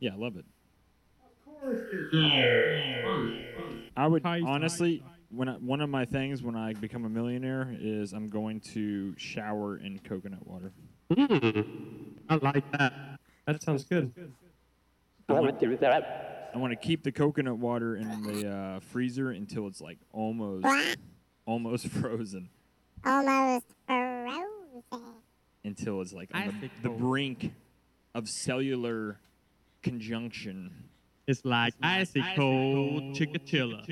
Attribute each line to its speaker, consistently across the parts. Speaker 1: Yeah, I love it.
Speaker 2: It's
Speaker 1: I would
Speaker 3: Hi,
Speaker 1: honestly, when I, one of my things when I become a millionaire is I'm going to shower in coconut water.
Speaker 2: Mm, I like that. That sounds good.
Speaker 1: I want, I want to keep the coconut water in the uh, freezer until it's like almost, almost frozen,
Speaker 4: Almost frozen.
Speaker 1: until it's like
Speaker 3: I
Speaker 1: on the,
Speaker 3: think
Speaker 1: the
Speaker 3: so.
Speaker 1: brink of cellular conjunction.
Speaker 2: It's like icy cold chicatilla.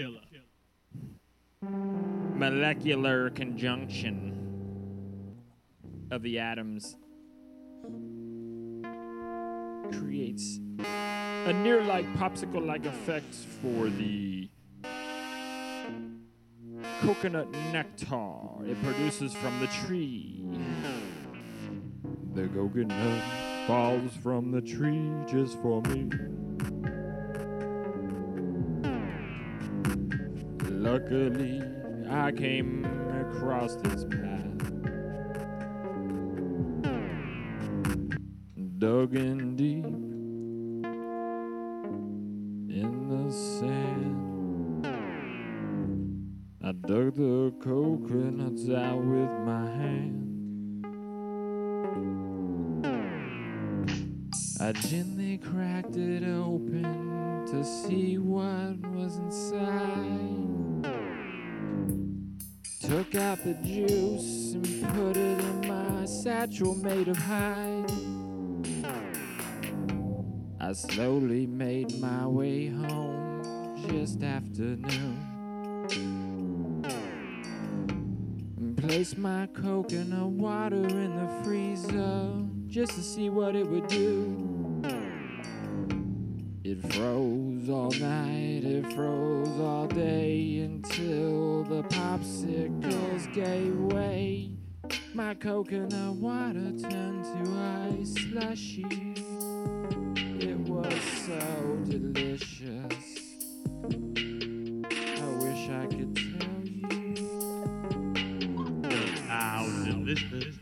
Speaker 1: molecular conjunction of the atoms creates a near like popsicle like effect for the coconut nectar it produces from the tree. The coconut falls from the tree just for me. Luckily, I came across this path. Dug in deep in the sand. I dug the coconuts out with my hand. I gently cracked it open to see what was inside. Took out the juice and put it in my satchel made of hide. I slowly made my way home just after noon. And placed my coconut water in the freezer just to see what it would do. It froze all night, it froze all day until the popsicles gave way. My coconut water turned to ice slushies. It was so delicious. I wish I could tell you.
Speaker 2: How delicious.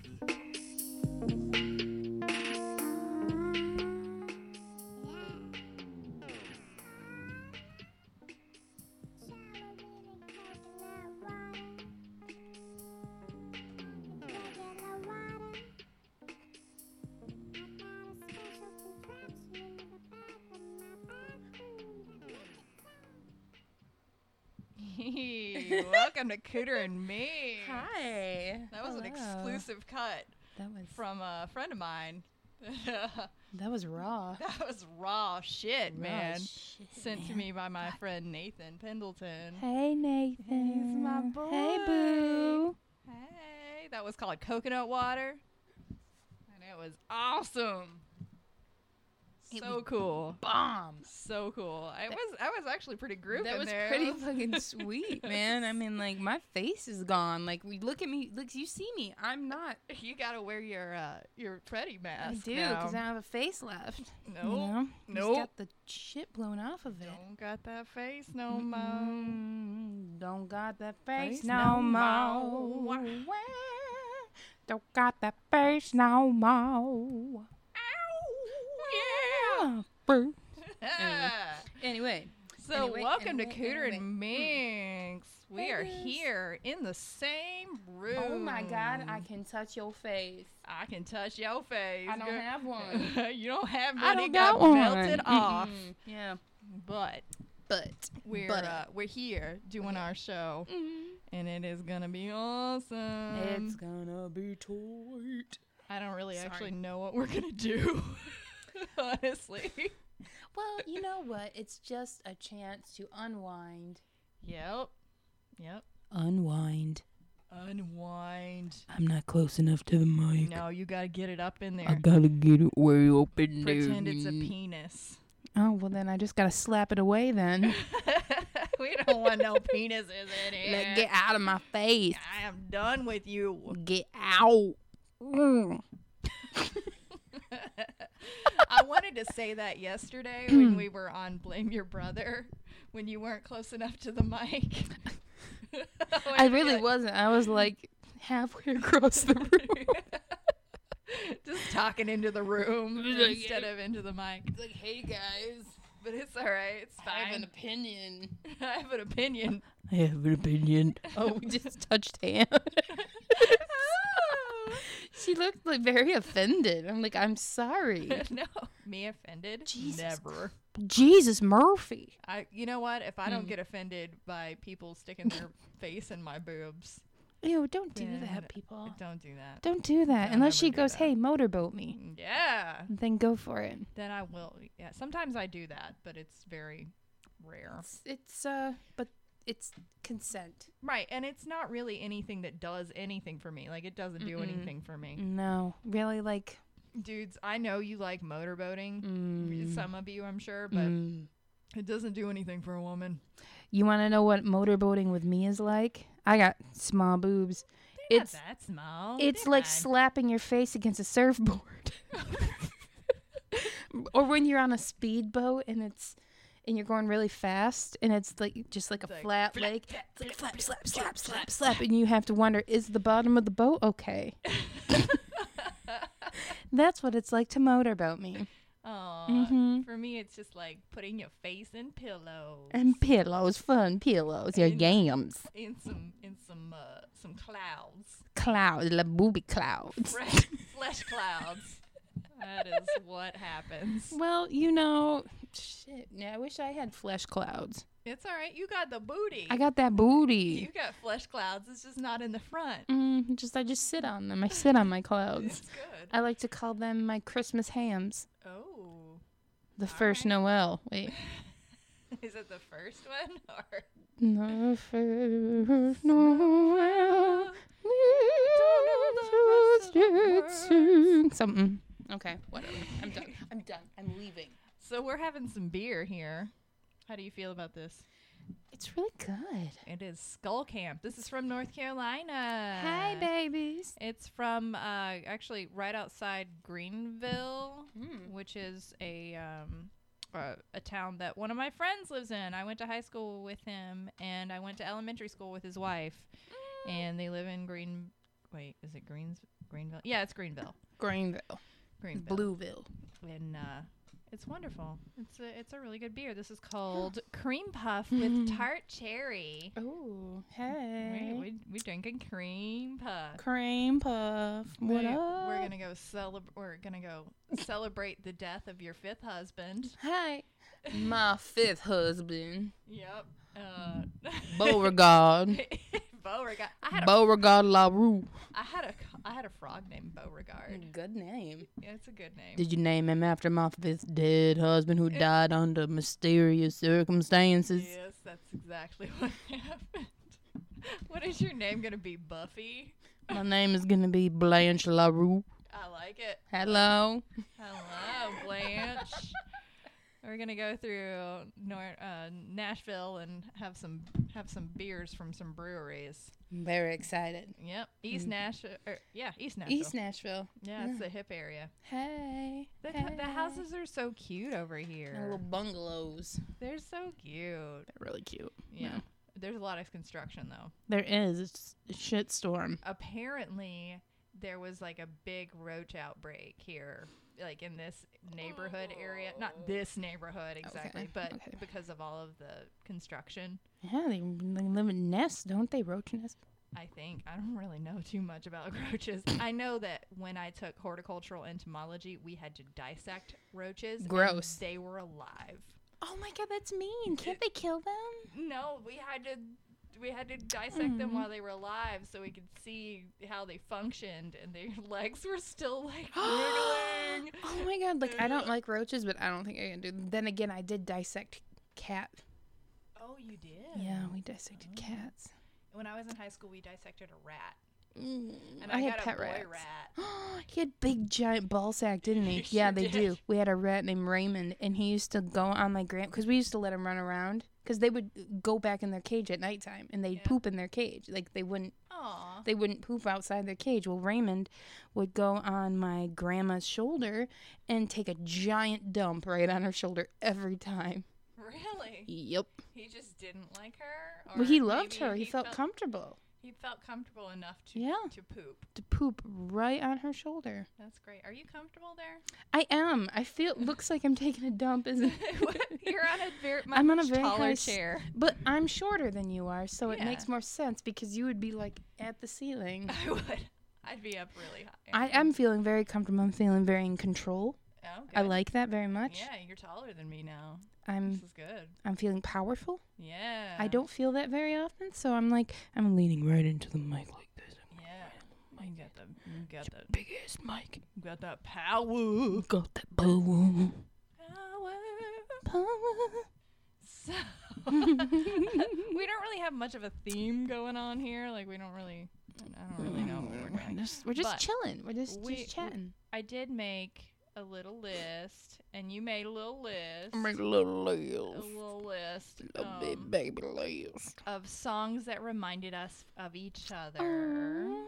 Speaker 5: Hey, Welcome to Cooter and Me.
Speaker 6: Hi.
Speaker 5: That was an
Speaker 6: Hello.
Speaker 5: exclusive cut
Speaker 6: That was
Speaker 5: from a friend of mine. that
Speaker 6: that was raw.
Speaker 5: was raw shit,
Speaker 6: Raw
Speaker 5: man.
Speaker 6: shit,
Speaker 5: Sent to
Speaker 6: man.
Speaker 5: me by my friend Nathan Pendleton.
Speaker 6: Hey Nathan.
Speaker 5: my
Speaker 6: Hey
Speaker 5: boy.
Speaker 6: boo.
Speaker 5: Hey, that was called Coconut Water. And it was awesome.
Speaker 6: It
Speaker 5: so cool.
Speaker 6: Bombs.
Speaker 5: So cool. I was I was actually pretty grooving
Speaker 6: That was
Speaker 5: there.
Speaker 6: pretty fucking sweet, man. I mean, like my face is gone. Like we look at me, look you see me. I'm not.
Speaker 5: You gotta wear your uh your Freddy
Speaker 6: I
Speaker 5: mask.
Speaker 6: do
Speaker 5: now.
Speaker 6: because I don't have a face left.
Speaker 5: Nope.
Speaker 6: You know?
Speaker 5: Nope.
Speaker 6: Just got the shit blown off of it.
Speaker 5: don't got that face no more.
Speaker 6: Mm, Don't got that face
Speaker 5: Face
Speaker 6: no
Speaker 5: no
Speaker 6: more.
Speaker 5: more.
Speaker 6: Don't got that face no more. Yeah. Boo. Anyway,
Speaker 5: so
Speaker 6: Anyway,
Speaker 5: welcome to
Speaker 6: anyway,
Speaker 5: Cooter
Speaker 6: anyway.
Speaker 5: and Minx. We
Speaker 6: Hey,
Speaker 5: are
Speaker 6: guys.
Speaker 5: here in the same room.
Speaker 6: oh my god, I can touch your face.
Speaker 5: I can touch your face.
Speaker 6: I don't
Speaker 5: girl.
Speaker 6: have one.
Speaker 5: you don't have
Speaker 6: I
Speaker 5: one.
Speaker 6: don't
Speaker 5: it
Speaker 6: got
Speaker 5: got
Speaker 6: one.
Speaker 5: melted off.
Speaker 6: Mm-mm. Yeah,
Speaker 5: But
Speaker 6: but
Speaker 5: we're
Speaker 6: But-
Speaker 5: uh, we're here doing our show,
Speaker 6: mm,
Speaker 5: and it is gonna be awesome.
Speaker 6: it's gonna be tight.
Speaker 5: I don't really
Speaker 6: sorry.
Speaker 5: actually know what we're gonna do, honestly.
Speaker 6: Well, you know what? It's just a chance to unwind.
Speaker 5: Yep, yep.
Speaker 6: Unwind.
Speaker 5: Unwind.
Speaker 6: I'm not close enough to the mic.
Speaker 5: No, you gotta get it up in there.
Speaker 6: gotta get it way open,
Speaker 5: Pretend it's a penis.
Speaker 6: Oh well, then I just gotta slap it away then.
Speaker 5: we don't want no penises in here.
Speaker 6: Like, get out of my face.
Speaker 5: I am done with you.
Speaker 6: Get out. Mm.
Speaker 5: I wanted to say that yesterday
Speaker 6: Hmm.
Speaker 5: when we were on Blame Your Brother when you weren't close enough to the mic.
Speaker 6: I really wasn't. I was like halfway across the room.
Speaker 5: Just talking into the room
Speaker 6: Be like,
Speaker 5: instead
Speaker 6: "Hey."
Speaker 5: of into the mic.
Speaker 6: It's like, hey guys,
Speaker 5: But it's all right. It's
Speaker 6: I have an
Speaker 5: fine.
Speaker 6: opinion.
Speaker 5: I have an opinion.
Speaker 6: I have an opinion. Oh, we just touched hand. Oh. she looked like very offended. I'm like, I'm sorry.
Speaker 5: no, me offended?
Speaker 6: Jesus
Speaker 5: Never.
Speaker 6: Jesus Murphy.
Speaker 5: I. You know what? If I don't
Speaker 6: Mm.
Speaker 5: get offended by people sticking their face in my boobs,
Speaker 6: Ew, don't do
Speaker 5: Yeah, d-
Speaker 6: that, people.
Speaker 5: don't do that.
Speaker 6: Don't do that.
Speaker 5: Don't
Speaker 6: Unless
Speaker 5: ever
Speaker 6: she
Speaker 5: do
Speaker 6: goes,
Speaker 5: that.
Speaker 6: hey, motorboat me.
Speaker 5: Yeah.
Speaker 6: Then go for it.
Speaker 5: Then I will. Yeah. Sometimes I do that, but it's very rare.
Speaker 6: It's, it's uh, but it's consent.
Speaker 5: Right. And it's not really anything that does anything for me. Like it doesn't do
Speaker 6: Mm-mm. Mm.
Speaker 5: anything for me.
Speaker 6: No, really, like,
Speaker 5: Dudes, I know you like motorboating.
Speaker 6: mm,
Speaker 5: Some of you, I'm sure, but
Speaker 6: mm.
Speaker 5: it doesn't do anything for a woman.
Speaker 6: you want to know what motorboating with me is like? I got small boobs.
Speaker 5: They're
Speaker 6: It's-
Speaker 5: not that small.
Speaker 6: It's
Speaker 5: They're
Speaker 6: like
Speaker 5: fine.
Speaker 6: slapping your face against a surfboard. or when you're on a speedboat and it's and you're going really fast and it's like just like a
Speaker 5: It's like
Speaker 6: flat lake. It's like flap, slap, slap, slap, slap, and you have to wonder, is the bottom of the boat okay? That's what it's like to motorboat me.
Speaker 5: Aw,
Speaker 6: Mhm.
Speaker 5: For me, it's just like putting your face in pillows
Speaker 6: And pillows, fun pillows, your yams,
Speaker 5: in some in some uh, some clouds,
Speaker 6: clouds, la booby clouds.
Speaker 5: fresh flesh clouds. That is what happens.
Speaker 6: Well, you know, shit. Yeah, I wish I had flesh clouds.
Speaker 5: It's all right. You got the booty.
Speaker 6: I got that
Speaker 5: you
Speaker 6: booty.
Speaker 5: got flesh clouds. It's just not in the front.
Speaker 6: Mm, just I just sit on them. I sit on my clouds.
Speaker 5: It's good.
Speaker 6: I like to call them my Christmas hams.
Speaker 5: Oh,
Speaker 6: The first Noel. Wait.
Speaker 5: is it the first one or?
Speaker 6: The first Noel. Something. Okay, whatever. I'm done. I'm done. I'm leaving.
Speaker 5: So we're having some beer here. How do you feel about this?
Speaker 6: It's really good.
Speaker 5: It is Skull Camp. This is from North Carolina.
Speaker 6: Hi, babies.
Speaker 5: It's from uh, actually right outside Greenville,
Speaker 6: Mm.
Speaker 5: which is a um, uh, a town that one of my friends lives in. I went to high school with him, and I went to elementary school with his wife, and they live in Green. Wait, is it Greens Greenville? Yeah, it's Greenville.
Speaker 6: Greenville.
Speaker 5: Greenville.
Speaker 6: Blueville.
Speaker 5: And uh, it's wonderful. It's a it's a really good beer. This is called Cream Puff with tart cherry.
Speaker 6: Oh,
Speaker 5: We,
Speaker 6: hey.
Speaker 5: we we drinking cream puff.
Speaker 6: Cream puff. What
Speaker 5: We-
Speaker 6: up?
Speaker 5: We're gonna go celebrate. We're gonna go celebrate the death of your fifth husband.
Speaker 6: Hi. My fifth husband,
Speaker 5: Yep. Uh,
Speaker 6: Beauregard.
Speaker 5: Beauregard. I had a,
Speaker 6: Beauregard LaRue.
Speaker 5: I had a I had a frog named Beauregard.
Speaker 6: Good name.
Speaker 5: Yeah, it's a good name.
Speaker 6: Mm. Did you name him after my fifth dead husband who died under mysterious circumstances?
Speaker 5: Yes, that's exactly what happened. what is your name gonna be, Buffy?
Speaker 6: My name is gonna be Blanche LaRue.
Speaker 5: I like it.
Speaker 6: Hello.
Speaker 5: Hello, Blanche. We're gonna go through Nor- uh, Nashville and have some have some beers from some breweries.
Speaker 6: I'm very excited.
Speaker 5: Yep, East Nashville. Er, yeah, East Nashville.
Speaker 6: Mm. East Nashville.
Speaker 5: yeah, it's the hip area.
Speaker 6: Hey.
Speaker 5: The, the houses are so cute over here.
Speaker 6: Little bungalows.
Speaker 5: They're so cute.
Speaker 6: They're really cute.
Speaker 5: Yeah. There's a lot of construction though.
Speaker 6: There is. It's a shit storm.
Speaker 5: Apparently, there was like a big roach outbreak here, like in this neighborhood area. Not this neighborhood exactly,
Speaker 6: Oh, Okay,
Speaker 5: but
Speaker 6: okay.
Speaker 5: because of all of the construction.
Speaker 6: Yeah, they, they live in nests, don't they? Roach nests.
Speaker 5: I think I don't really know too much about roaches. I know that when I took horticultural entomology, we had to dissect roaches. and
Speaker 6: Gross.
Speaker 5: they were alive.
Speaker 6: Oh my god, that's mean. Can't they kill them?
Speaker 5: No, we had to we had to dissect
Speaker 6: Mm-hmm.
Speaker 5: them while they were alive so we could see how they functioned and their legs were still like wriggling.
Speaker 6: Oh my god, like I don't like roaches, but I don't think I can do. Then again, I did dissect cat.
Speaker 5: Oh, you did.
Speaker 6: Yeah, we dissected cats.
Speaker 5: When I was in high school, we dissected a rat. And
Speaker 6: And
Speaker 5: I,
Speaker 6: I, had
Speaker 5: got
Speaker 6: pet
Speaker 5: a boy
Speaker 6: rats.
Speaker 5: rat.
Speaker 6: he had big giant ball sack, didn't he?
Speaker 5: He
Speaker 6: yeah,
Speaker 5: sure
Speaker 6: they
Speaker 5: did.
Speaker 6: do. We had a rat named Raymond, and he used to go on my grand because we used to let him run around because they would go back in their cage at nighttime and they'd
Speaker 5: Yeah.
Speaker 6: poop in their cage. Like they wouldn't
Speaker 5: Aw.
Speaker 6: they wouldn't poop outside their cage. Well, Raymond would go on my grandma's shoulder and take a giant dump right on her shoulder every time.
Speaker 5: Really?
Speaker 6: Yep.
Speaker 5: He just didn't like her?
Speaker 6: Well, he loved
Speaker 5: maybe
Speaker 6: her. He, felt comfortable.
Speaker 5: He felt comfortable enough to
Speaker 6: Yeah.
Speaker 5: to poop.
Speaker 6: to poop right on her shoulder.
Speaker 5: That's great. Are you comfortable there?
Speaker 6: I am. I feel looks like I'm taking a dump, isn't
Speaker 5: What?
Speaker 6: it?
Speaker 5: You're on a very much
Speaker 6: I'm on a very
Speaker 5: taller
Speaker 6: high s-
Speaker 5: chair.
Speaker 6: but I'm shorter than you are, so it
Speaker 5: Yeah.
Speaker 6: makes more sense because you would be like at the ceiling.
Speaker 5: I would. I'd be up really high.
Speaker 6: I am feeling very comfortable. I'm feeling very in control.
Speaker 5: Oh,
Speaker 6: I
Speaker 5: good.
Speaker 6: like that very much.
Speaker 5: Yeah, you're taller than me now. This
Speaker 6: I'm
Speaker 5: is good.
Speaker 6: I'm feeling powerful.
Speaker 5: Yeah.
Speaker 6: I don't feel that very often, so I'm like I'm leaning right into the mic like this.
Speaker 5: Yeah. You got the you got the
Speaker 6: Big ass mic.
Speaker 5: you got that power.
Speaker 6: Got that power.
Speaker 5: Power.
Speaker 6: Power.
Speaker 5: So we don't really have much of a theme going on here. Like we don't really I don't really know what we're doing.
Speaker 6: Just- we're just
Speaker 5: But
Speaker 6: chilling. We're just
Speaker 5: we- we-
Speaker 6: just chatting.
Speaker 5: I did make a little list, and you made a little list.
Speaker 6: a little
Speaker 5: a little list um,
Speaker 6: baby laugh.
Speaker 5: of songs that reminded us of each other.
Speaker 6: Aw.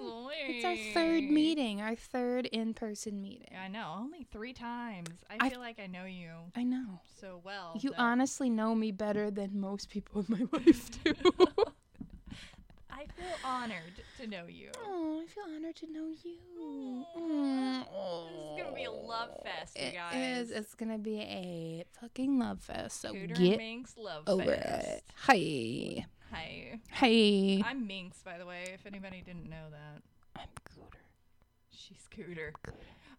Speaker 5: So
Speaker 6: It's our third
Speaker 5: sweet.
Speaker 6: meeting, our third in-person meeting.
Speaker 5: I know, only three times. I,
Speaker 6: I-
Speaker 5: feel like I know you
Speaker 6: I know.
Speaker 5: so well.
Speaker 6: You
Speaker 5: that
Speaker 6: honestly know me better than most people in my life do.
Speaker 5: I feel honored to know you.
Speaker 6: Oh, I feel honored to know you.
Speaker 5: This is gonna be a love fest, you
Speaker 6: It
Speaker 5: guys.
Speaker 6: is. It's gonna be a fucking love fest. So
Speaker 5: Cooter and
Speaker 6: get
Speaker 5: Minx love
Speaker 6: over
Speaker 5: fest.
Speaker 6: it. Oh, Hi,
Speaker 5: Hi,
Speaker 6: hi.
Speaker 5: I'm Minx, by the way. If anybody didn't know that,
Speaker 6: I'm Cooter.
Speaker 5: she's Cooter.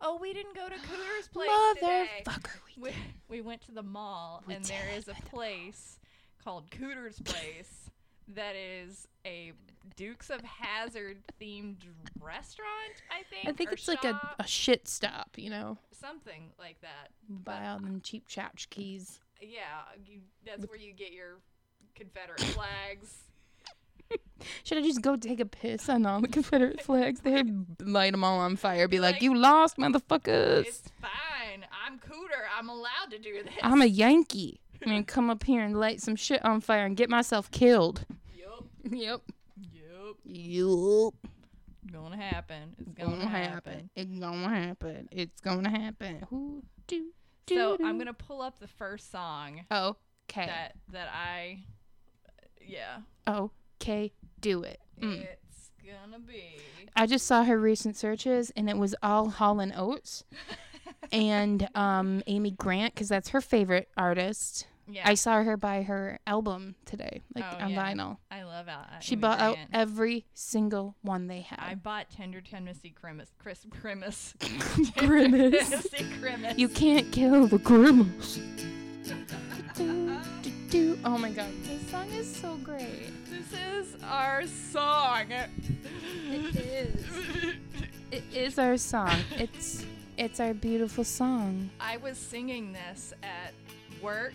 Speaker 5: Oh, we didn't go to Cooter's place today.
Speaker 6: Motherfucker, we
Speaker 5: We, we went to the mall,
Speaker 6: We
Speaker 5: and there
Speaker 6: did,
Speaker 5: is a
Speaker 6: we did.
Speaker 5: place called Cooter's Place that is a Dukes of Hazard themed restaurant. I think.
Speaker 6: I think
Speaker 5: or
Speaker 6: it's like a,
Speaker 5: shop,
Speaker 6: a shit stop, you know.
Speaker 5: something like that.
Speaker 6: Buy all them cheap tchotchkes.
Speaker 5: Yeah, you, that's where you get your Confederate flags.
Speaker 6: Should I just go take a piss on all the Confederate flags? They light them all on fire. Be like,
Speaker 5: Like-
Speaker 6: you lost, motherfuckers.
Speaker 5: It's fine. I'm Cooter. I'm allowed to do this.
Speaker 6: I'm a Yankee. I'm gonna come up here and light some shit on fire and get myself killed.
Speaker 5: Yup.
Speaker 6: Yep.
Speaker 5: Yup.
Speaker 6: Yup.
Speaker 5: Gonna happen. It's gonna,
Speaker 6: Gonna happen. It's gonna happen. It's gonna happen. Who do?
Speaker 5: So I'm gonna pull up the first song
Speaker 6: gonna. Okay.
Speaker 5: that that I, yeah.
Speaker 6: Okay. Do it. Mm.
Speaker 5: It's gonna be.
Speaker 6: I just saw her recent searches, and it was all Hall and Oates and um, Amy Grant because that's her favorite artist.
Speaker 5: Yeah,
Speaker 6: I saw her buy her album today, like
Speaker 5: Oh,
Speaker 6: on
Speaker 5: yeah.
Speaker 6: vinyl.
Speaker 5: I, love Al-
Speaker 6: She
Speaker 5: Amy
Speaker 6: bought out
Speaker 5: Grant.
Speaker 6: every single one they
Speaker 5: I
Speaker 6: had.
Speaker 5: bought Tender Tennessee Grimace. Chris Grimace.
Speaker 6: Grimace.
Speaker 5: Tennessee Grimace.
Speaker 6: You can't kill the grimace. Do, do, do. Oh my god, this song is so great.
Speaker 5: This is our song.
Speaker 6: It is. It is our song. It's it's our beautiful song.
Speaker 5: I was singing this at work,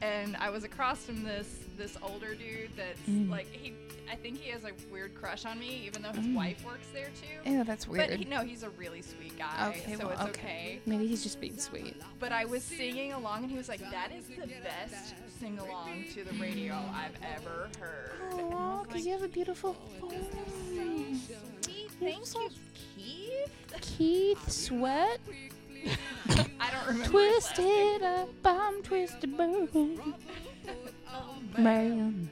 Speaker 5: and I was across from this this older dude that's
Speaker 6: Mm.
Speaker 5: like he. I think he has a weird crush on me, even though his wife works there too.
Speaker 6: Ew, that's Mm. weird.
Speaker 5: But he, no, he's a really sweet guy,
Speaker 6: Okay,
Speaker 5: so
Speaker 6: well,
Speaker 5: it's
Speaker 6: okay.
Speaker 5: okay.
Speaker 6: Maybe he's just being sweet.
Speaker 5: But I was singing along, and he was like, "That is the best sing along to the radio I've ever heard." And I
Speaker 6: Oh,
Speaker 5: was
Speaker 6: because
Speaker 5: like,
Speaker 6: you have a beautiful voice.
Speaker 5: "Sweet, thank you, Keith."
Speaker 6: Keith Sweat,
Speaker 5: I don't remember. his last name.
Speaker 6: twisted up, I'm twisted burn. Man,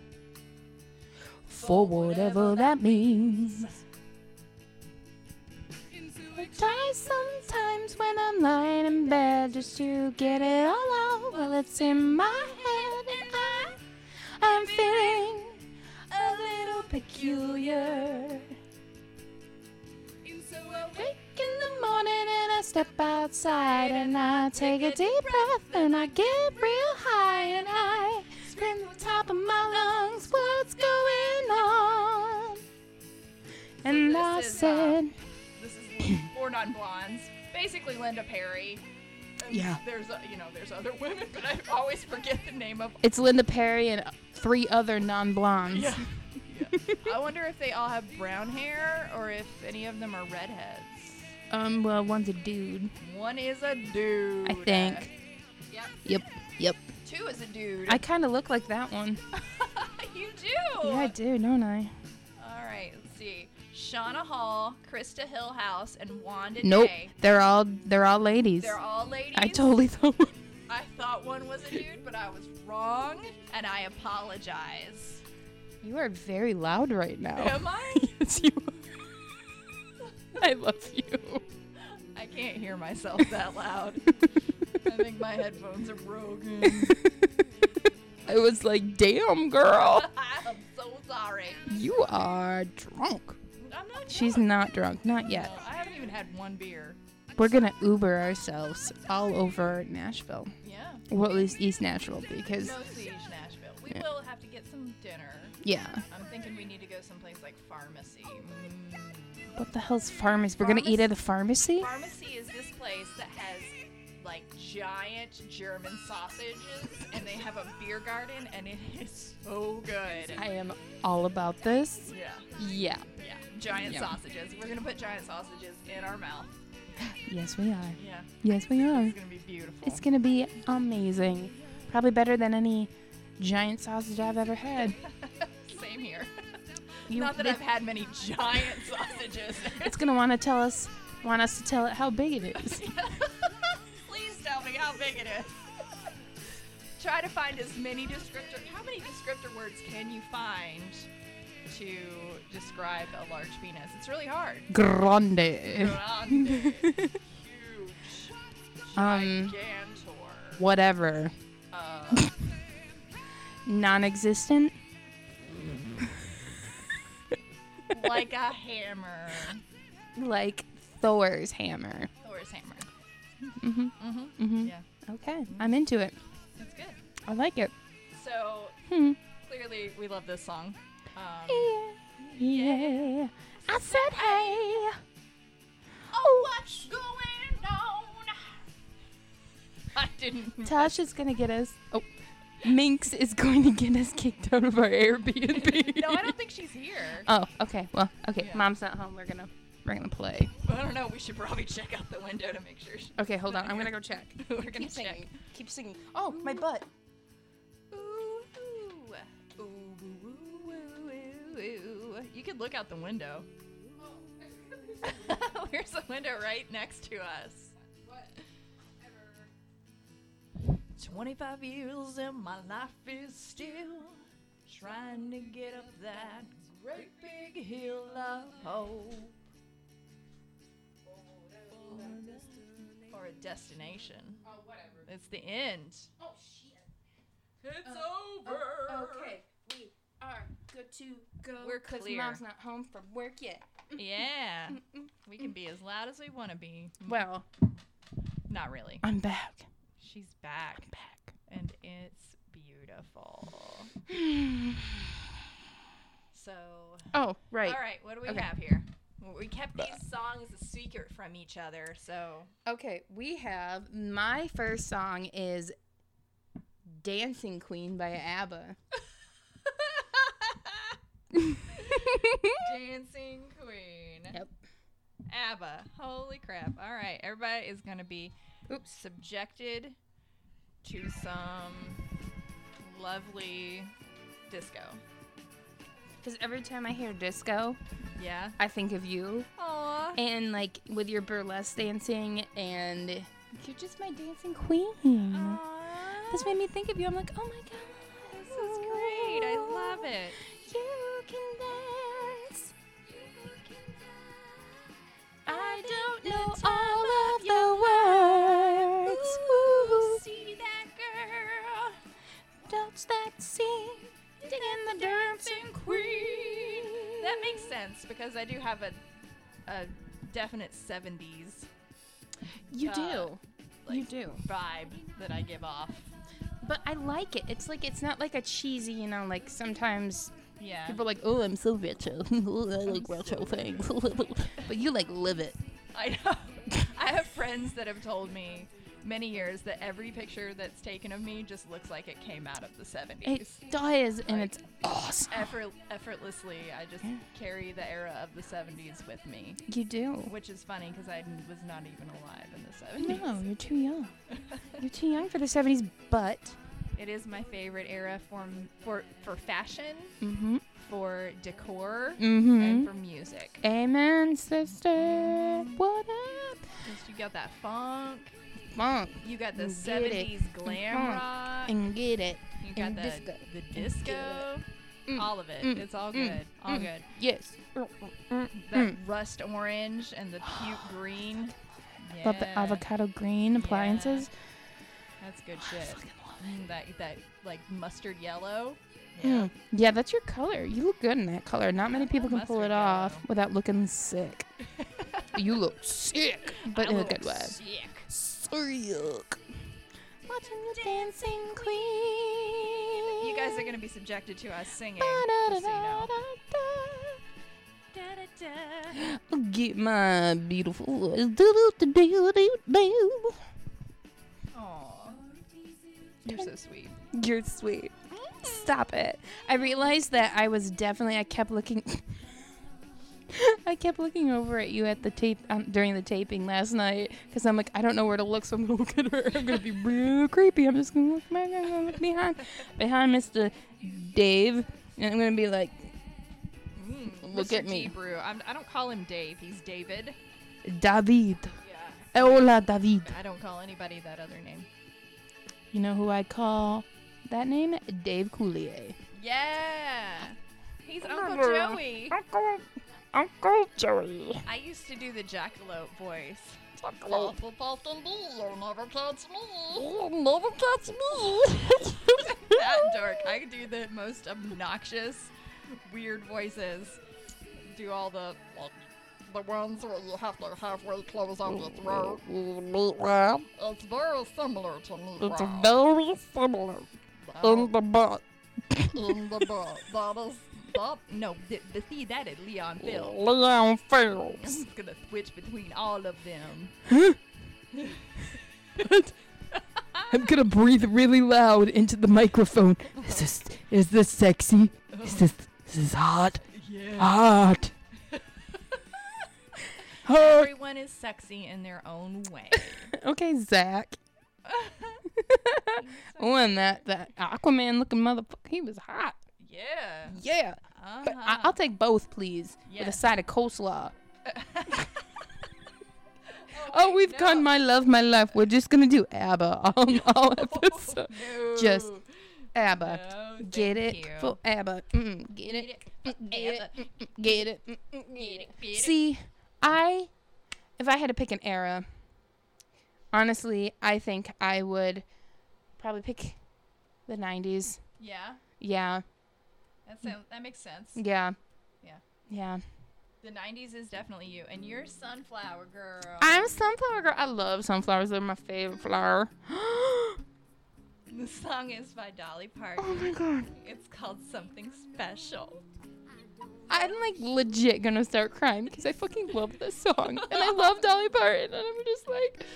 Speaker 6: for whatever that means. I try sometimes when I'm lying in bed just to get it all out. Well, it's in my head, and I, I'm feeling a little peculiar. Wake in the morning and I step outside and I take a deep breath and I get real high and I scream at the top of my lungs, what's going on? And
Speaker 5: this
Speaker 6: I
Speaker 5: is, uh,
Speaker 6: said,
Speaker 5: This is Born on Blondes, basically Linda Perry. And
Speaker 6: Yeah.
Speaker 5: There's uh, you know there's other women, but I always forget the name of.
Speaker 6: It's Linda Perry and three other non blondes.
Speaker 5: Yeah. I wonder if they all have brown hair or if any of them are redheads.
Speaker 6: Um, well, one's a dude.
Speaker 5: One is a dude.
Speaker 6: I think.
Speaker 5: Yep.
Speaker 6: Yep, yep.
Speaker 5: Two is a dude.
Speaker 6: I kind of look like that one.
Speaker 5: you do.
Speaker 6: Yeah, I do, don't I?
Speaker 5: All right, let's see. Shauna Hall, Krista Hillhouse, and Wanda
Speaker 6: Nope.
Speaker 5: Day.
Speaker 6: They're all they're all ladies.
Speaker 5: They're all ladies.
Speaker 6: I totally thought.
Speaker 5: I thought one was a dude, but I was wrong, and I apologize.
Speaker 6: You are very loud right now.
Speaker 5: Am I?
Speaker 6: yes, you are. I love you.
Speaker 5: I can't hear myself that loud. I think my headphones are broken.
Speaker 6: I was like, damn, girl.
Speaker 5: I'm so sorry.
Speaker 6: You are drunk.
Speaker 5: I'm not.
Speaker 6: She's
Speaker 5: drunk.
Speaker 6: not drunk. Not
Speaker 5: No,
Speaker 6: yet.
Speaker 5: I haven't even had one beer.
Speaker 6: We're going to Uber ourselves all over Nashville.
Speaker 5: Yeah.
Speaker 6: Well, at least East Nashville, because,
Speaker 5: Mostly East Nashville. We
Speaker 6: Yeah.
Speaker 5: will have to get some dinner.
Speaker 6: yeah.
Speaker 5: I'm thinking we need to go someplace like pharmacy. Mm.
Speaker 6: What the hell's pharmacy? We're going to eat at a pharmacy?
Speaker 5: Pharmacy is this place that has like giant German sausages, and they have a beer garden, and it is so good.
Speaker 6: I am all about this.
Speaker 5: yeah,
Speaker 6: Yeah.
Speaker 5: yeah, giant
Speaker 6: Yum.
Speaker 5: sausages. We're gonna put giant sausages in our mouth.
Speaker 6: Yes, we are.
Speaker 5: Yeah,
Speaker 6: Yes, we are.
Speaker 5: it's gonna be beautiful.
Speaker 6: Mm. It's going to be amazing. Probably better than any giant sausage I've ever had.
Speaker 5: Same here.
Speaker 6: You-
Speaker 5: Not that
Speaker 6: it-
Speaker 5: I've had many giant sausages.
Speaker 6: It's going to want to tell us, want us to tell it how big it is.
Speaker 5: Please tell me how big it is. Try to find as many descriptor. How many descriptor words can you find to describe a large penis? It's really hard.
Speaker 6: Grande.
Speaker 5: Grande, huge,
Speaker 6: Um,
Speaker 5: gigantor,
Speaker 6: Whatever.
Speaker 5: uh,
Speaker 6: Non existent.
Speaker 5: like a hammer,
Speaker 6: Like Thor's hammer.
Speaker 5: Thor's hammer.
Speaker 6: Mm-hmm.
Speaker 5: Mhm.
Speaker 6: Mm-hmm.
Speaker 5: Yeah,
Speaker 6: Okay. I'm into it.
Speaker 5: that's good.
Speaker 6: I like it.
Speaker 5: So
Speaker 6: Hmm.
Speaker 5: clearly, we love this song. Um,
Speaker 6: Yeah. Yeah. I said, hey.
Speaker 5: oh, what's going on? I didn't.
Speaker 6: Tosh is going to get us. Oh. Minx is going to get us kicked out of our Airbnb.
Speaker 5: No, I don't think she's here.
Speaker 6: Oh, okay. Well, okay.
Speaker 5: Yeah.
Speaker 6: Mom's not home. We're gonna we're gonna play.
Speaker 5: I don't know. We should probably check out the window to make sure she,
Speaker 6: Okay, hold on. I'm gonna go check.
Speaker 5: we're gonna check.
Speaker 6: Keep singing. Oh, my butt.
Speaker 5: Ooh, ooh, ooh, ooh, ooh, ooh, ooh. You could look out the window. There's a window right next to us. 25 years and my life is still trying to get up that great big hill of hope. Or a destination. Oh, whatever. It's the end. It's over.
Speaker 6: Okay, we are good to go.
Speaker 5: We're
Speaker 6: 'cause
Speaker 5: clear.
Speaker 6: Mom's not home from work yet.
Speaker 5: Yeah. we can be as loud as we want to be.
Speaker 6: Well,
Speaker 5: Not really.
Speaker 6: I'm back.
Speaker 5: She's back
Speaker 6: Back.
Speaker 5: and it's beautiful. so,
Speaker 6: Oh,
Speaker 5: all
Speaker 6: right.
Speaker 5: right, what do we
Speaker 6: Okay.
Speaker 5: have here? Well, We kept these songs a secret from each other, so
Speaker 6: Okay, we have my first song is "Dancing Queen" by ABBA.
Speaker 5: Dancing Queen.
Speaker 6: Yep.
Speaker 5: ABBA. Holy crap. All right, everybody is going to be
Speaker 6: Oops.
Speaker 5: subjected to some lovely disco.
Speaker 6: Because every time I hear disco,
Speaker 5: Yeah.
Speaker 6: I think of you.
Speaker 5: Aww.
Speaker 6: and like with your burlesque dancing and you're just my dancing queen this made me think of you i'm like oh my god
Speaker 5: This is great. I love it.
Speaker 6: you can dance i don't know all of the words Ooh,
Speaker 5: See that girl.
Speaker 6: touch that scene digging the dancing queen
Speaker 5: That makes sense because I do have a a definite 70s
Speaker 6: you
Speaker 5: uh,
Speaker 6: do you
Speaker 5: like,
Speaker 6: do
Speaker 5: vibe that I give off.
Speaker 6: But I like it. It's like it's not like a cheesy, you know, like sometimes
Speaker 5: Yeah.
Speaker 6: people are like, "Oh, I'm so retro. Ooh, I like retro things." but you like live it.
Speaker 5: I know. I have friends that have told me many years that every picture that's taken of me just looks like it came out of the 70s.
Speaker 6: It does, and
Speaker 5: Like-
Speaker 6: it's awesome.
Speaker 5: Effort, effortlessly, I just carry the era of the 70s with me,
Speaker 6: You do.
Speaker 5: which is funny because I n- was not even alive in the 70s.
Speaker 6: No, you're too young. You're too young for the '70s, but
Speaker 5: It is my favorite era for m- for for fashion,
Speaker 6: mm-hmm,
Speaker 5: for decor,
Speaker 6: mm-hmm.
Speaker 5: and for music.
Speaker 6: Amen, sister. What up?
Speaker 5: 'Cause you got that funk,
Speaker 6: Funk
Speaker 5: you got the
Speaker 6: Get it.
Speaker 5: 70s glam
Speaker 6: Funk.
Speaker 5: rock,
Speaker 6: and get it.
Speaker 5: you got
Speaker 6: and
Speaker 5: the
Speaker 6: disco.
Speaker 5: the disco. all of it.
Speaker 6: mm,
Speaker 5: it's all
Speaker 6: mm,
Speaker 5: good. all
Speaker 6: mm.
Speaker 5: good.
Speaker 6: Yes.
Speaker 5: That rust orange and the puke green. Yeah,
Speaker 6: Love the avocado green appliances.
Speaker 5: That's good shit. Mm, That that like mustard yellow.
Speaker 6: Mm.
Speaker 5: Yeah.
Speaker 6: Yeah. that's your color. You look good in that color. Not many people can pull
Speaker 5: mustard
Speaker 6: it off
Speaker 5: yellow.
Speaker 6: without looking sick. you look sick, but
Speaker 5: I
Speaker 6: in a
Speaker 5: look
Speaker 6: good way.
Speaker 5: Sick.
Speaker 6: Sick. Watching the dancing queen.
Speaker 5: You guys are gonna be subjected to us singing. just so you know.
Speaker 6: Ba-da-da-da-da-da. Get my beautiful voice. Do-do-do-do-do-do.
Speaker 5: Aw. You're so sweet.
Speaker 6: You're sweet. Stop it. I realized that I was definitely. I kept looking. I kept looking over at you at the tape um, during the taping last night because I'm like I don't know where to look, so I'm gonna look at her. I'm gonna be real creepy. I'm just gonna look, back, I'm gonna look behind, behind Mr. Dave, and I'm gonna be like "Hmm,
Speaker 5: Mm,
Speaker 6: Look
Speaker 5: Mr.
Speaker 6: at me.
Speaker 5: D. Brew. I'm, I don't call him Dave. He's David.
Speaker 6: David.
Speaker 5: Yeah.
Speaker 6: Hola, David.
Speaker 5: I don't call anybody that other name.
Speaker 6: You know who I call that name? Dave Coulier.
Speaker 5: Yeah. He's Uncle
Speaker 6: Remember.
Speaker 5: Joey.
Speaker 6: Uncle, Uncle Joey.
Speaker 5: I used to do the jackalope voice.
Speaker 6: Never catch me.
Speaker 5: that dork. I do the most obnoxious, weird voices. Do all the like, the ones where you have to halfway close on your throat.
Speaker 6: Meanwhile,
Speaker 5: It's very similar to me.
Speaker 6: it's very similar in the butt.
Speaker 5: in the book. That is that. No, th- th- see that is Leon Phil.
Speaker 6: Leon
Speaker 5: I'm
Speaker 6: Fields.
Speaker 5: just gonna switch between all of them.
Speaker 6: I'm gonna breathe really loud into the microphone. Is this is this sexy? Is this is this hot?
Speaker 5: Yeah.
Speaker 6: Hot. Hot.
Speaker 5: Everyone is sexy in their own way.
Speaker 6: Okay, Zach. oh, and that that Aquaman looking motherfucker, he was hot.
Speaker 5: yeah.
Speaker 6: Yeah.
Speaker 5: Uh-huh.
Speaker 6: But I- I'll take both, please, with a
Speaker 5: Yes.
Speaker 6: side of coleslaw. Oh, we've gone my love, my life. We're just gonna do ABBA on all episode.
Speaker 5: No.
Speaker 6: Just ABBA.
Speaker 5: No,
Speaker 6: Get
Speaker 5: Oh, thank
Speaker 6: it
Speaker 5: you.
Speaker 6: for ABBA. Mm, get
Speaker 5: Get
Speaker 6: it.
Speaker 5: it.
Speaker 6: Mm,
Speaker 5: ABBA.
Speaker 6: Get it. Mm, Get it. Mm,
Speaker 5: Get it, get it.
Speaker 6: See, I, if I had to pick an era, honestly, I think I would probably pick the 90s.
Speaker 5: Yeah.
Speaker 6: Yeah,
Speaker 5: That sounds. That makes sense.
Speaker 6: yeah.
Speaker 5: Yeah.
Speaker 6: Yeah.
Speaker 5: The '90s is definitely you, and you're sunflower girl.
Speaker 6: I'm a sunflower girl. I love sunflowers. They're my favorite flower.
Speaker 5: the song is by Dolly Parton.
Speaker 6: Oh my god.
Speaker 5: It's called Something Special.
Speaker 6: I'm like legit gonna start crying because I fucking love this song. And I love Dolly Parton. And I'm just like,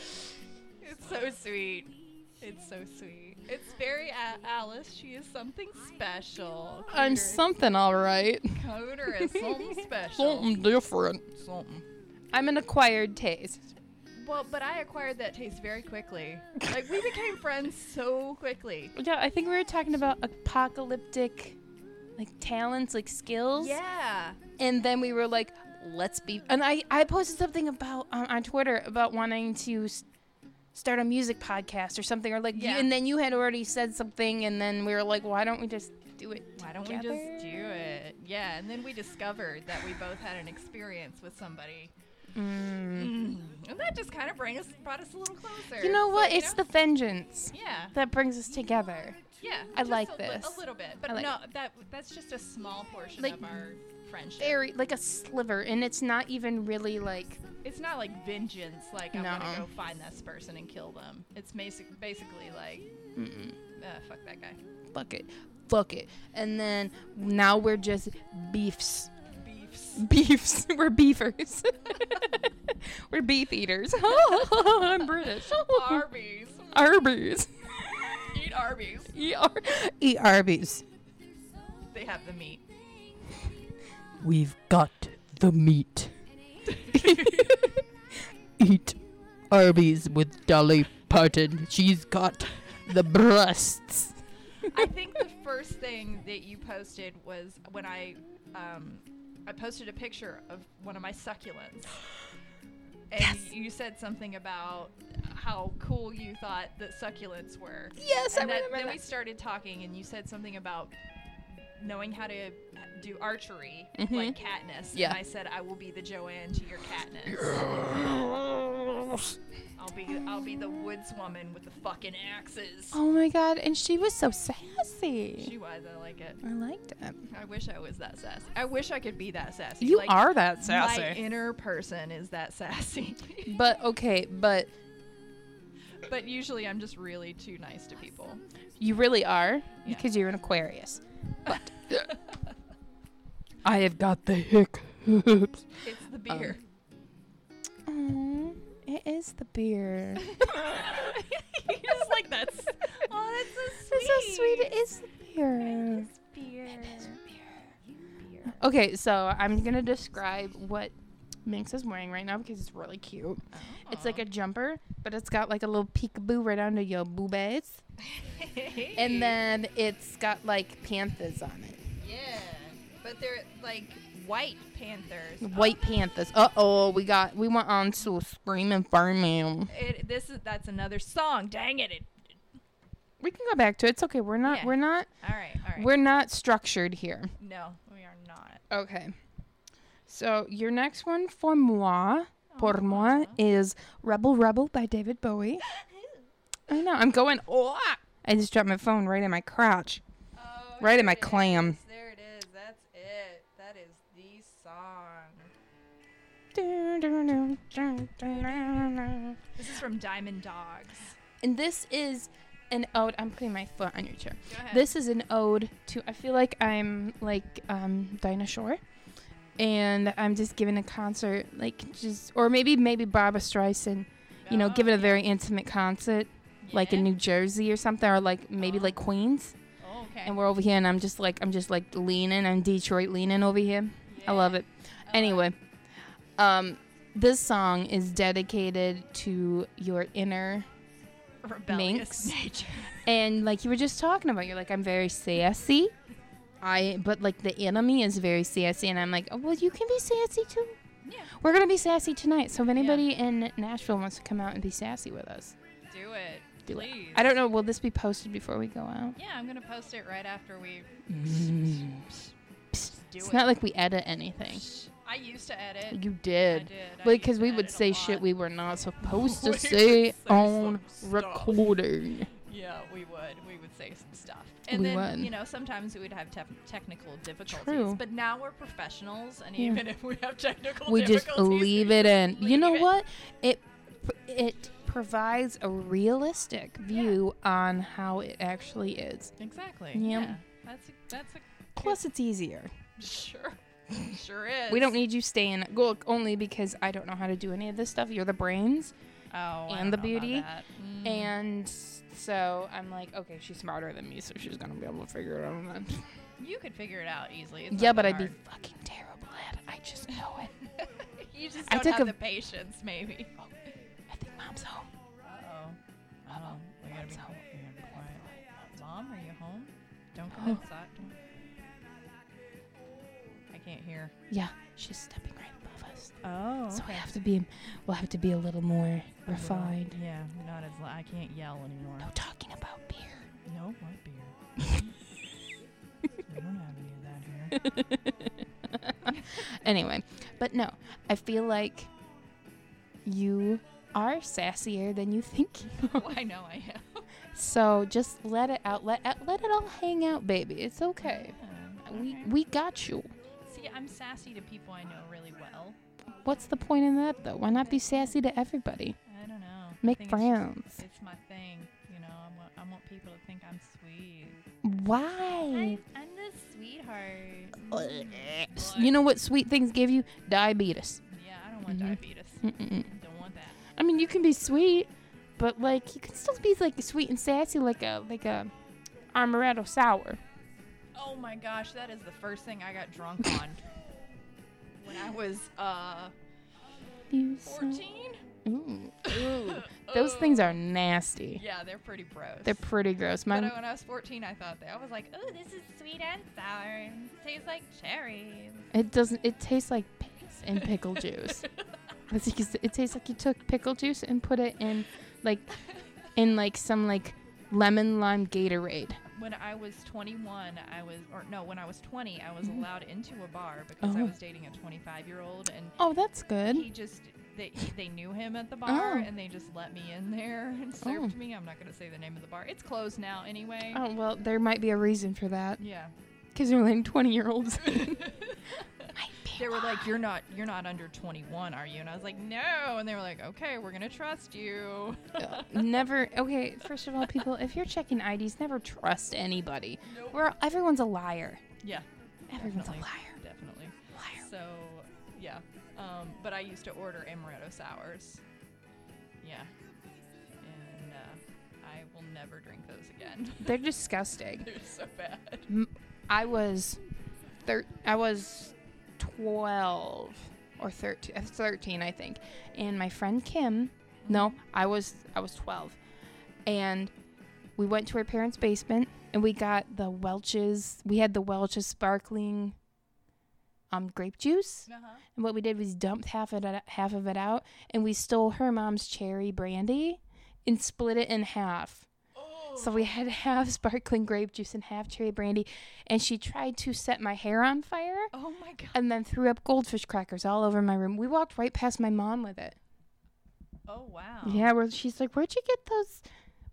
Speaker 5: It's so sweet. It's so sweet. It's very a- Alice. She is something special.
Speaker 6: I'm something alright.
Speaker 5: Coder is something special.
Speaker 6: Something different.
Speaker 5: Something.
Speaker 6: I'm an acquired taste.
Speaker 5: Well, but I acquired that taste very quickly. Like we became friends so quickly.
Speaker 6: Yeah, I think we were talking about apocalyptic like talents, like skills.
Speaker 5: Yeah.
Speaker 6: And then we were like, let's be. And I, I posted something about um, on Twitter about wanting to s- start a music podcast or something. Or like, you-
Speaker 5: Yeah.
Speaker 6: and then you had already said something. And then we were like, why don't we just do it?
Speaker 5: Why don't we
Speaker 6: together?"
Speaker 5: just do it? Yeah, and then we discovered that we both had an experience with somebody. Mm. And that just kind of bring us, brought us a little closer.
Speaker 6: You know
Speaker 5: So,
Speaker 6: what? It's
Speaker 5: know?
Speaker 6: the vengeance
Speaker 5: yeah,
Speaker 6: that brings us together.
Speaker 5: yeah.
Speaker 6: I
Speaker 5: just
Speaker 6: like
Speaker 5: a, li-
Speaker 6: this.
Speaker 5: a little bit, but
Speaker 6: I like
Speaker 5: no, that that's just a small portion
Speaker 6: Like,
Speaker 5: of our friendship.
Speaker 6: Very like a sliver, and it's not even really like
Speaker 5: It's not like vengeance. Like I'm gonna
Speaker 6: No.
Speaker 5: go find this person and kill them. It's basic, basically like, uh, fuck that guy.
Speaker 6: fuck it, fuck it. And then now we're just beefs,
Speaker 5: Beefs.
Speaker 6: beefs. we're beefers. we're beef eaters. I'm British.
Speaker 5: Arby's.
Speaker 6: Arby's.
Speaker 5: Eat Arby's.
Speaker 6: E R E Arby's.
Speaker 5: They have the meat.
Speaker 6: We've got the meat. Eat Arby's with Dolly Parton. She's got the breasts.
Speaker 5: I think the first thing that you posted was when I, um, I posted a picture of one of my succulents, and you said something about how cool you thought that succulents were.
Speaker 6: Yes,
Speaker 5: and
Speaker 6: I
Speaker 5: that,
Speaker 6: remember
Speaker 5: then
Speaker 6: that.
Speaker 5: we started talking, and you said something about knowing how to do archery
Speaker 6: Mhm.
Speaker 5: like Katniss.
Speaker 6: Yeah.
Speaker 5: And I said I will be the Joanne to your Katniss. I'll be I'll be the woods woman with the fucking axes.
Speaker 6: Oh my god, and she was so sassy.
Speaker 5: She was. I like it.
Speaker 6: I liked it.
Speaker 5: I wish I was that sassy. I wish I could be that sassy.
Speaker 6: You
Speaker 5: Like,
Speaker 6: are that
Speaker 5: My
Speaker 6: sassy.
Speaker 5: inner person is that sassy.
Speaker 6: But okay, but
Speaker 5: but usually I'm just really too nice to people.
Speaker 6: you really are
Speaker 5: Yeah.
Speaker 6: because you're an Aquarius. But I have got the hiccups.
Speaker 5: It's the beer.
Speaker 6: Aw, it is the beer.
Speaker 5: you just like that's oh that's so sweet.
Speaker 6: It's so sweet. It is the beer.
Speaker 5: beer.
Speaker 6: Okay, so I'm gonna describe what Minx is wearing right now because it's really cute. It's like a jumper, but it's got like a little peekaboo right under your boobies, and then it's got like panthers on it,
Speaker 5: yeah, but they're like white panthers.
Speaker 6: white panthers. Uh oh, we got we went on to a screaming farming.
Speaker 5: It, this is that's another song. Dang it! it
Speaker 6: We can go back to it. It's okay. We're not
Speaker 5: Yeah.
Speaker 6: we're not
Speaker 5: all right, all right.
Speaker 6: we're not structured here.
Speaker 5: no, we are not.
Speaker 6: Okay. So your next one for moi, pour moi, is Rebel Rebel by David Bowie. I know. I'm going. Oh, ah. I just dropped my phone right in my crotch.
Speaker 5: Oh,
Speaker 6: Right in
Speaker 5: here
Speaker 6: my
Speaker 5: it
Speaker 6: clam.
Speaker 5: is. There it is. That's it. That is the song.
Speaker 6: And
Speaker 5: This is from Diamond Dogs.
Speaker 6: this is an ode. I'm putting my foot on your chair.
Speaker 5: Go ahead.
Speaker 6: This is an ode to. I feel like I'm like um dinosaur, and I'm just giving a concert, like just or maybe maybe Barbra Streisand. You know,
Speaker 5: Oh,
Speaker 6: giving a very intimate concert, like in
Speaker 5: yeah.
Speaker 6: New Jersey or something, or like maybe
Speaker 5: Oh.
Speaker 6: like Queens.
Speaker 5: Oh, okay.
Speaker 6: And we're over here, and I'm just like I'm just like leaning. I'm Detroit leaning over here. I love
Speaker 5: Yeah.
Speaker 6: it. Anyway, um, this song is dedicated to your inner
Speaker 5: Rebellious
Speaker 6: minx.
Speaker 5: nature.
Speaker 6: and like you were just talking about. You're like I'm very sassy. I but like the enemy is very sassy, and I'm like, oh, well, you can be sassy too.
Speaker 5: Yeah.
Speaker 6: We're gonna be sassy tonight. So if anybody in Nashville wants to come out and be sassy with us,
Speaker 5: Do it.
Speaker 6: do it.
Speaker 5: please.
Speaker 6: I don't know. Will this be posted before we go out?
Speaker 5: Yeah, I'm gonna post it right after we
Speaker 6: Mm.
Speaker 5: do
Speaker 6: It's
Speaker 5: it.
Speaker 6: not like we edit anything.
Speaker 5: I used to edit.
Speaker 6: You did.
Speaker 5: did. I used
Speaker 6: Because
Speaker 5: to
Speaker 6: we would
Speaker 5: edit a
Speaker 6: say shit
Speaker 5: lot.
Speaker 6: we were not supposed
Speaker 5: We
Speaker 6: to
Speaker 5: would
Speaker 6: say
Speaker 5: say
Speaker 6: on
Speaker 5: some stuff.
Speaker 6: recording.
Speaker 5: Yeah, we would. We would say some stuff. And
Speaker 6: We
Speaker 5: then,
Speaker 6: would.
Speaker 5: you know, sometimes we would have tef- technical difficulties.
Speaker 6: True.
Speaker 5: But now we're professionals, and
Speaker 6: Yeah.
Speaker 5: even if we have technical
Speaker 6: We
Speaker 5: difficulties,
Speaker 6: just leave it in. You
Speaker 5: leave
Speaker 6: know
Speaker 5: it.
Speaker 6: what? It it provides a realistic view on how it actually is.
Speaker 5: Exactly.
Speaker 6: Yeah.
Speaker 5: Yeah. That's a, that's a
Speaker 6: Plus, it's easier.
Speaker 5: sure. Sure is.
Speaker 6: We don't need you staying go only because I don't know how to do any of this stuff. You're the brains,
Speaker 5: oh, I
Speaker 6: and
Speaker 5: don't
Speaker 6: the
Speaker 5: know about
Speaker 6: beauty,
Speaker 5: that. Mm.
Speaker 6: and so I'm like, okay, she's smarter than me, so she's gonna be able to figure it out. Then.
Speaker 5: you could figure it out easily. It's
Speaker 6: yeah,
Speaker 5: not
Speaker 6: but
Speaker 5: that
Speaker 6: I'd be
Speaker 5: hard.
Speaker 6: fucking terrible at it. I just know it.
Speaker 5: You just
Speaker 6: I
Speaker 5: don't
Speaker 6: took
Speaker 5: have
Speaker 6: a-
Speaker 5: the patience, maybe.
Speaker 6: I think mom's home.
Speaker 5: Uh oh. Uh oh. We gotta be quiet. We gotta be quiet. Mom, are you home? Don't
Speaker 6: Oh.
Speaker 5: come outside. Don't- I can't hear.
Speaker 6: Yeah, she's stepping right above us.
Speaker 5: Oh.
Speaker 6: So we have to be, we'll have to be a little more
Speaker 5: Mm-hmm.
Speaker 6: refined.
Speaker 5: Yeah, not as loud. I can't yell anymore.
Speaker 6: No talking about beer.
Speaker 5: No, what beer? we don't have any of that here.
Speaker 6: Anyway, but no, I feel like you are sassier than you think. you are.
Speaker 5: Oh, I know I am.
Speaker 6: so just let it out. Let out- let it all hang out, baby. It's okay.
Speaker 5: Yeah,
Speaker 6: We
Speaker 5: okay.
Speaker 6: we got you.
Speaker 5: See, I'm sassy to people I know really well.
Speaker 6: What's the point in that though? Why not be sassy to everybody?
Speaker 5: I don't know. I
Speaker 6: Make
Speaker 5: think it's just-
Speaker 6: friends.
Speaker 5: It's my thing, you know. I want, I want people to think I'm sweet.
Speaker 6: Why?
Speaker 5: I'm the sweetheart. Mm,
Speaker 6: You know what sweet things give you? Diabetes.
Speaker 5: Yeah, I don't want
Speaker 6: Mhm.
Speaker 5: diabetes.
Speaker 6: Mm-mm.
Speaker 5: Don't want that.
Speaker 6: I mean, you can be sweet, but like you can still be like sweet and sassy, like a like a amaretto sour.
Speaker 5: Oh my gosh, that is the first thing I got drunk on when I was uh
Speaker 6: You so-
Speaker 5: 14.
Speaker 6: Ooh, ooh. Those things are nasty.
Speaker 5: Yeah, they're pretty gross.
Speaker 6: They're pretty gross.
Speaker 5: but uh,
Speaker 6: Mine.
Speaker 5: I- when I was 14, I thought that I was like, "Oh, this is sweet and sour. and It tastes like cherries."
Speaker 6: It doesn't. It tastes like piss and pickle juice. That's because it tastes like you took pickle juice and put it in, like, in like some like lemon lime Gatorade.
Speaker 5: when I was 21, I was, or no, when I was 20, I was allowed into a bar because I
Speaker 6: Mm-hmm. Oh.
Speaker 5: was dating a 25 year old, and
Speaker 6: Oh, that's good.
Speaker 5: he just they they knew him at the bar,
Speaker 6: Oh.
Speaker 5: and they just let me in there and served me. I'm not gonna say the name of the bar. It's closed now anyway.
Speaker 6: Oh, well, there might be a reason for that.
Speaker 5: Yeah,
Speaker 6: Because you're like 20 year olds.
Speaker 5: they were like, "You're not you're not under 21, are you?" And I was like, "No," and they were like, "Okay, we're gonna trust you."
Speaker 6: never. Okay, first of all, people, if you're checking IDs, never trust anybody. We're, everyone's a liar.
Speaker 5: Yeah,
Speaker 6: Everyone's
Speaker 5: Definitely.
Speaker 6: a liar.
Speaker 5: definitely.
Speaker 6: Liar.
Speaker 5: So, yeah. Um, but I used to order amaretto sours. Yeah. And uh, I will never drink those again.
Speaker 6: They're disgusting.
Speaker 5: They're so bad.
Speaker 6: M- I was, thir- I was 12 or 13, uh, 13, I think, and my friend Kim. No, I was I was 12, and we went to her parents' basement and we got the Welch's. We had the Welch's sparkling, um, grape juice.
Speaker 5: Uh-huh.
Speaker 6: And what we did was dumped half of it half of it out, and we stole her mom's cherry brandy and split it in half. So we had half sparkling grape juice and half cherry brandy, and she tried to set my hair on fire,
Speaker 5: Oh my god.
Speaker 6: and then threw up goldfish crackers all over my room. We walked right past my mom with it.
Speaker 5: Oh wow.
Speaker 6: Yeah, where she's like, "Where'd you get those?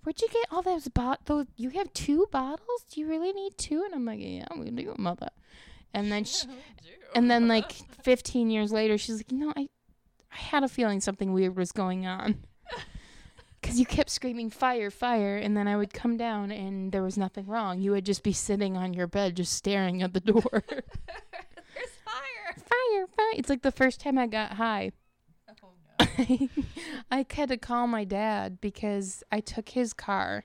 Speaker 6: Where'd you get all those bot? Those you have two bottles? Do you really need two? And I'm like, "Yeah, we do, mother." And then she,
Speaker 5: We do.
Speaker 6: and then like 15 years later she's like no i i had a feeling something weird was going on because you kept screaming fire fire and then i would come down and there was nothing wrong you would just be sitting on your bed just staring at the door
Speaker 5: There's fire.
Speaker 6: fire fire it's like the first time i got high
Speaker 5: Oh no.
Speaker 6: i had to call my dad because i took his car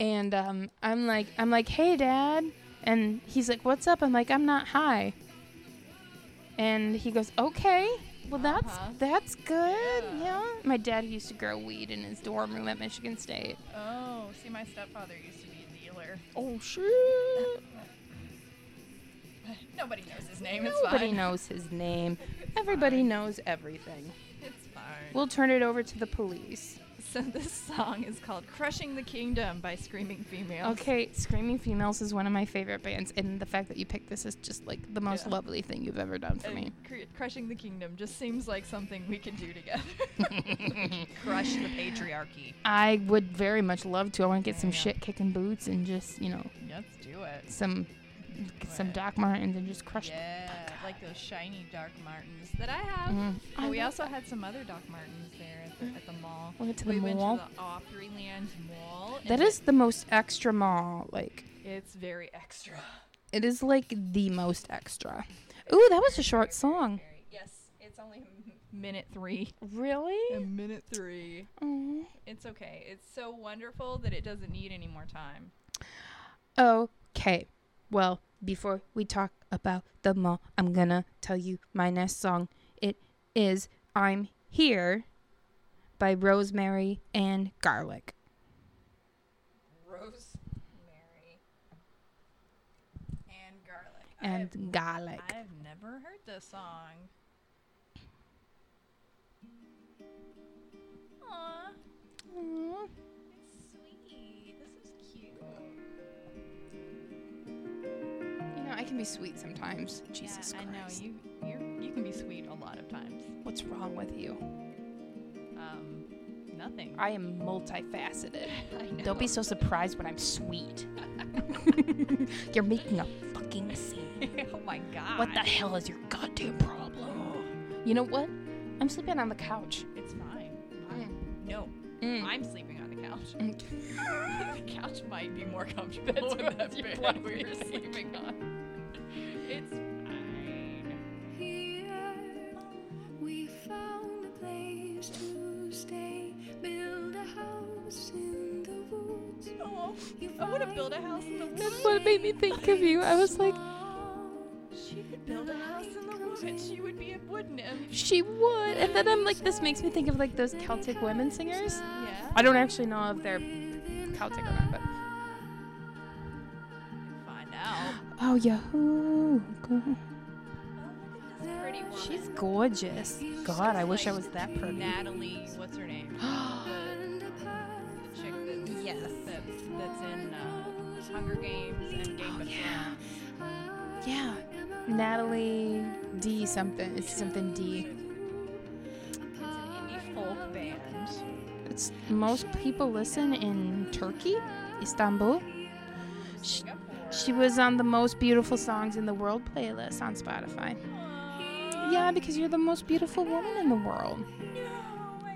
Speaker 6: and um, i'm like i'm like hey dad and he's like what's up i'm like i'm not high and he goes okay well that's
Speaker 5: Uh-huh.
Speaker 6: that's good
Speaker 5: Yeah.
Speaker 6: yeah. my dad used to grow weed in his dorm room at michigan state
Speaker 5: Oh, see, my stepfather used to be a dealer.
Speaker 6: oh shit
Speaker 5: Nobody knows his name. It's
Speaker 6: nobody
Speaker 5: fine.
Speaker 6: knows his name everybody knows everything
Speaker 5: It's fine.
Speaker 6: we'll turn it over to the police
Speaker 5: so this song is called "Crushing the Kingdom" by Screaming Females.
Speaker 6: Okay, Screaming Females is one of my favorite bands, and the fact that you picked this is just like the most
Speaker 5: Yeah.
Speaker 6: lovely thing you've ever done for
Speaker 5: And
Speaker 6: me.
Speaker 5: cr- crushing the kingdom just seems like something we could do together. Crush the patriarchy.
Speaker 6: I would very much love to. I want to get some
Speaker 5: Yeah.
Speaker 6: shit kicking boots and just you know
Speaker 5: Let's do it.
Speaker 6: some some
Speaker 5: Right.
Speaker 6: Doc Martens and just crush. them.
Speaker 5: Yeah, like those shiny Doc Martens that I have.
Speaker 6: Mm.
Speaker 5: But
Speaker 6: I
Speaker 5: we
Speaker 6: love
Speaker 5: also had some other Doc Martens there at the, at the mall.
Speaker 6: We went to
Speaker 5: we
Speaker 6: the
Speaker 5: went
Speaker 6: mall.
Speaker 5: to the Opryland Mall. and
Speaker 6: That is the most extra mall. Like
Speaker 5: It's very extra.
Speaker 6: it is like the most extra. Ooh, that was a short song.
Speaker 5: Very- Yes, it's only a minute three. A
Speaker 6: Really?
Speaker 5: minute three.
Speaker 6: Oh.
Speaker 5: It's okay. It's so wonderful that it doesn't need any more time.
Speaker 6: Okay. Well, before we talk about the mall, I'm gonna tell you my next song. It is I'm Here by Rosemary and Garlic.
Speaker 5: rosemary and garlic.
Speaker 6: And garlic.
Speaker 5: I've, I've never heard this song. Aw,
Speaker 6: Aw.
Speaker 5: it's sweet. This is cute.
Speaker 6: You know, I can be sweet sometimes. Jesus
Speaker 5: yeah,
Speaker 6: Christ.
Speaker 5: I know you. You're, you can be sweet a lot of times.
Speaker 6: What's wrong with you?
Speaker 5: Um, nothing.
Speaker 6: I am multifaceted.
Speaker 5: I know.
Speaker 6: Don't be so surprised when I'm sweet. You're making a fucking scene.
Speaker 5: oh my god.
Speaker 6: What the hell is your goddamn problem? You know what? I'm sleeping on the couch.
Speaker 5: It's fine. I- no, I'm sleeping on the couch.
Speaker 6: Mm.
Speaker 5: the couch might be more comfortable than that bed we were sleeping on. It's fine.
Speaker 3: Here we found a place to stay, build a house in the woods.
Speaker 5: Oh, I want to build a house in the woods.
Speaker 6: That's what made me think of you. I was like,
Speaker 5: She could build a house in the woods. She would be a wood nymph.
Speaker 6: she would. And then I'm like, this makes me think of like those Celtic women singers.
Speaker 5: Yeah.
Speaker 6: I don't actually know if they're Celtic or not, but.
Speaker 5: Find out.
Speaker 6: Oh, Yahoo! go-
Speaker 5: Pretty woman.
Speaker 6: She's gorgeous. God, I wish I was that pretty.
Speaker 5: Natalie. What's her name? the, the chick that, yes. that that's in uh, Hunger Games and Game of Thrones.
Speaker 6: Yeah. Natalie D something. It's something D.
Speaker 5: It's an indie folk band.
Speaker 6: It's most people listen in Turkey, Istanbul. Sh- She was on the most beautiful songs in the world playlist on Spotify. Yeah, because you're the most beautiful woman in the world.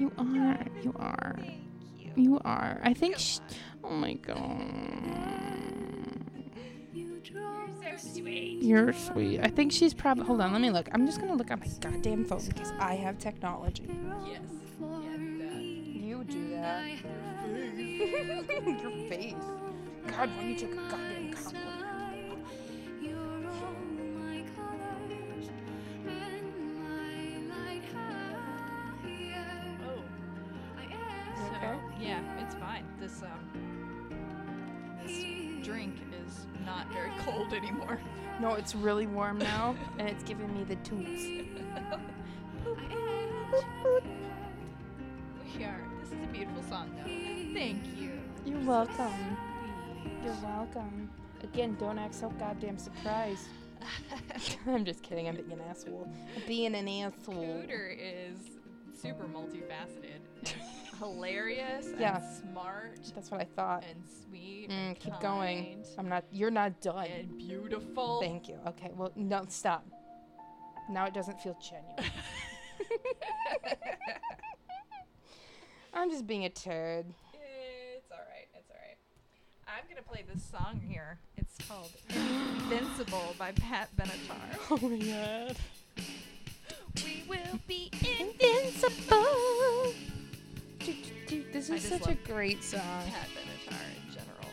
Speaker 6: You are. You are. You are. I think. Sh- oh my god. You're sweet. I think she's probably. Hold on, let me look. I'm just gonna look at my goddamn phone because I have technology.
Speaker 5: Yes. yes
Speaker 6: You do that. Your face. God, why you take a goddamn compliment?
Speaker 5: that. Oh. So, yeah, it's fine. This um, this drink is not very cold anymore.
Speaker 6: No, it's really warm now, and it's giving me the tools.
Speaker 5: We are. This is a beautiful song, though. Thank you.
Speaker 6: You're welcome.
Speaker 5: Oh.
Speaker 6: You're welcome. Again, don't act so goddamn surprised. I'm just kidding. I'm being an asshole. I'm being an asshole.
Speaker 5: Cooter is super multifaceted, and hilarious,
Speaker 6: Yeah.
Speaker 5: and smart,
Speaker 6: That's what I thought.
Speaker 5: and sweet.
Speaker 6: Mm,
Speaker 5: and
Speaker 6: keep going.
Speaker 5: kind,
Speaker 6: I'm not. You're not done.
Speaker 5: And beautiful.
Speaker 6: Thank you. Okay. Well, no, stop. Now it doesn't feel genuine. I'm just being a turd.
Speaker 5: It's alright, it's alright. I'm gonna play this song here. It's called Invincible by Pat Benatar.
Speaker 6: Oh my god.
Speaker 5: We will be in
Speaker 6: Invincible. This
Speaker 5: I
Speaker 6: is
Speaker 5: just
Speaker 6: such a
Speaker 5: love-
Speaker 6: great song.
Speaker 5: Pat Benatar in general.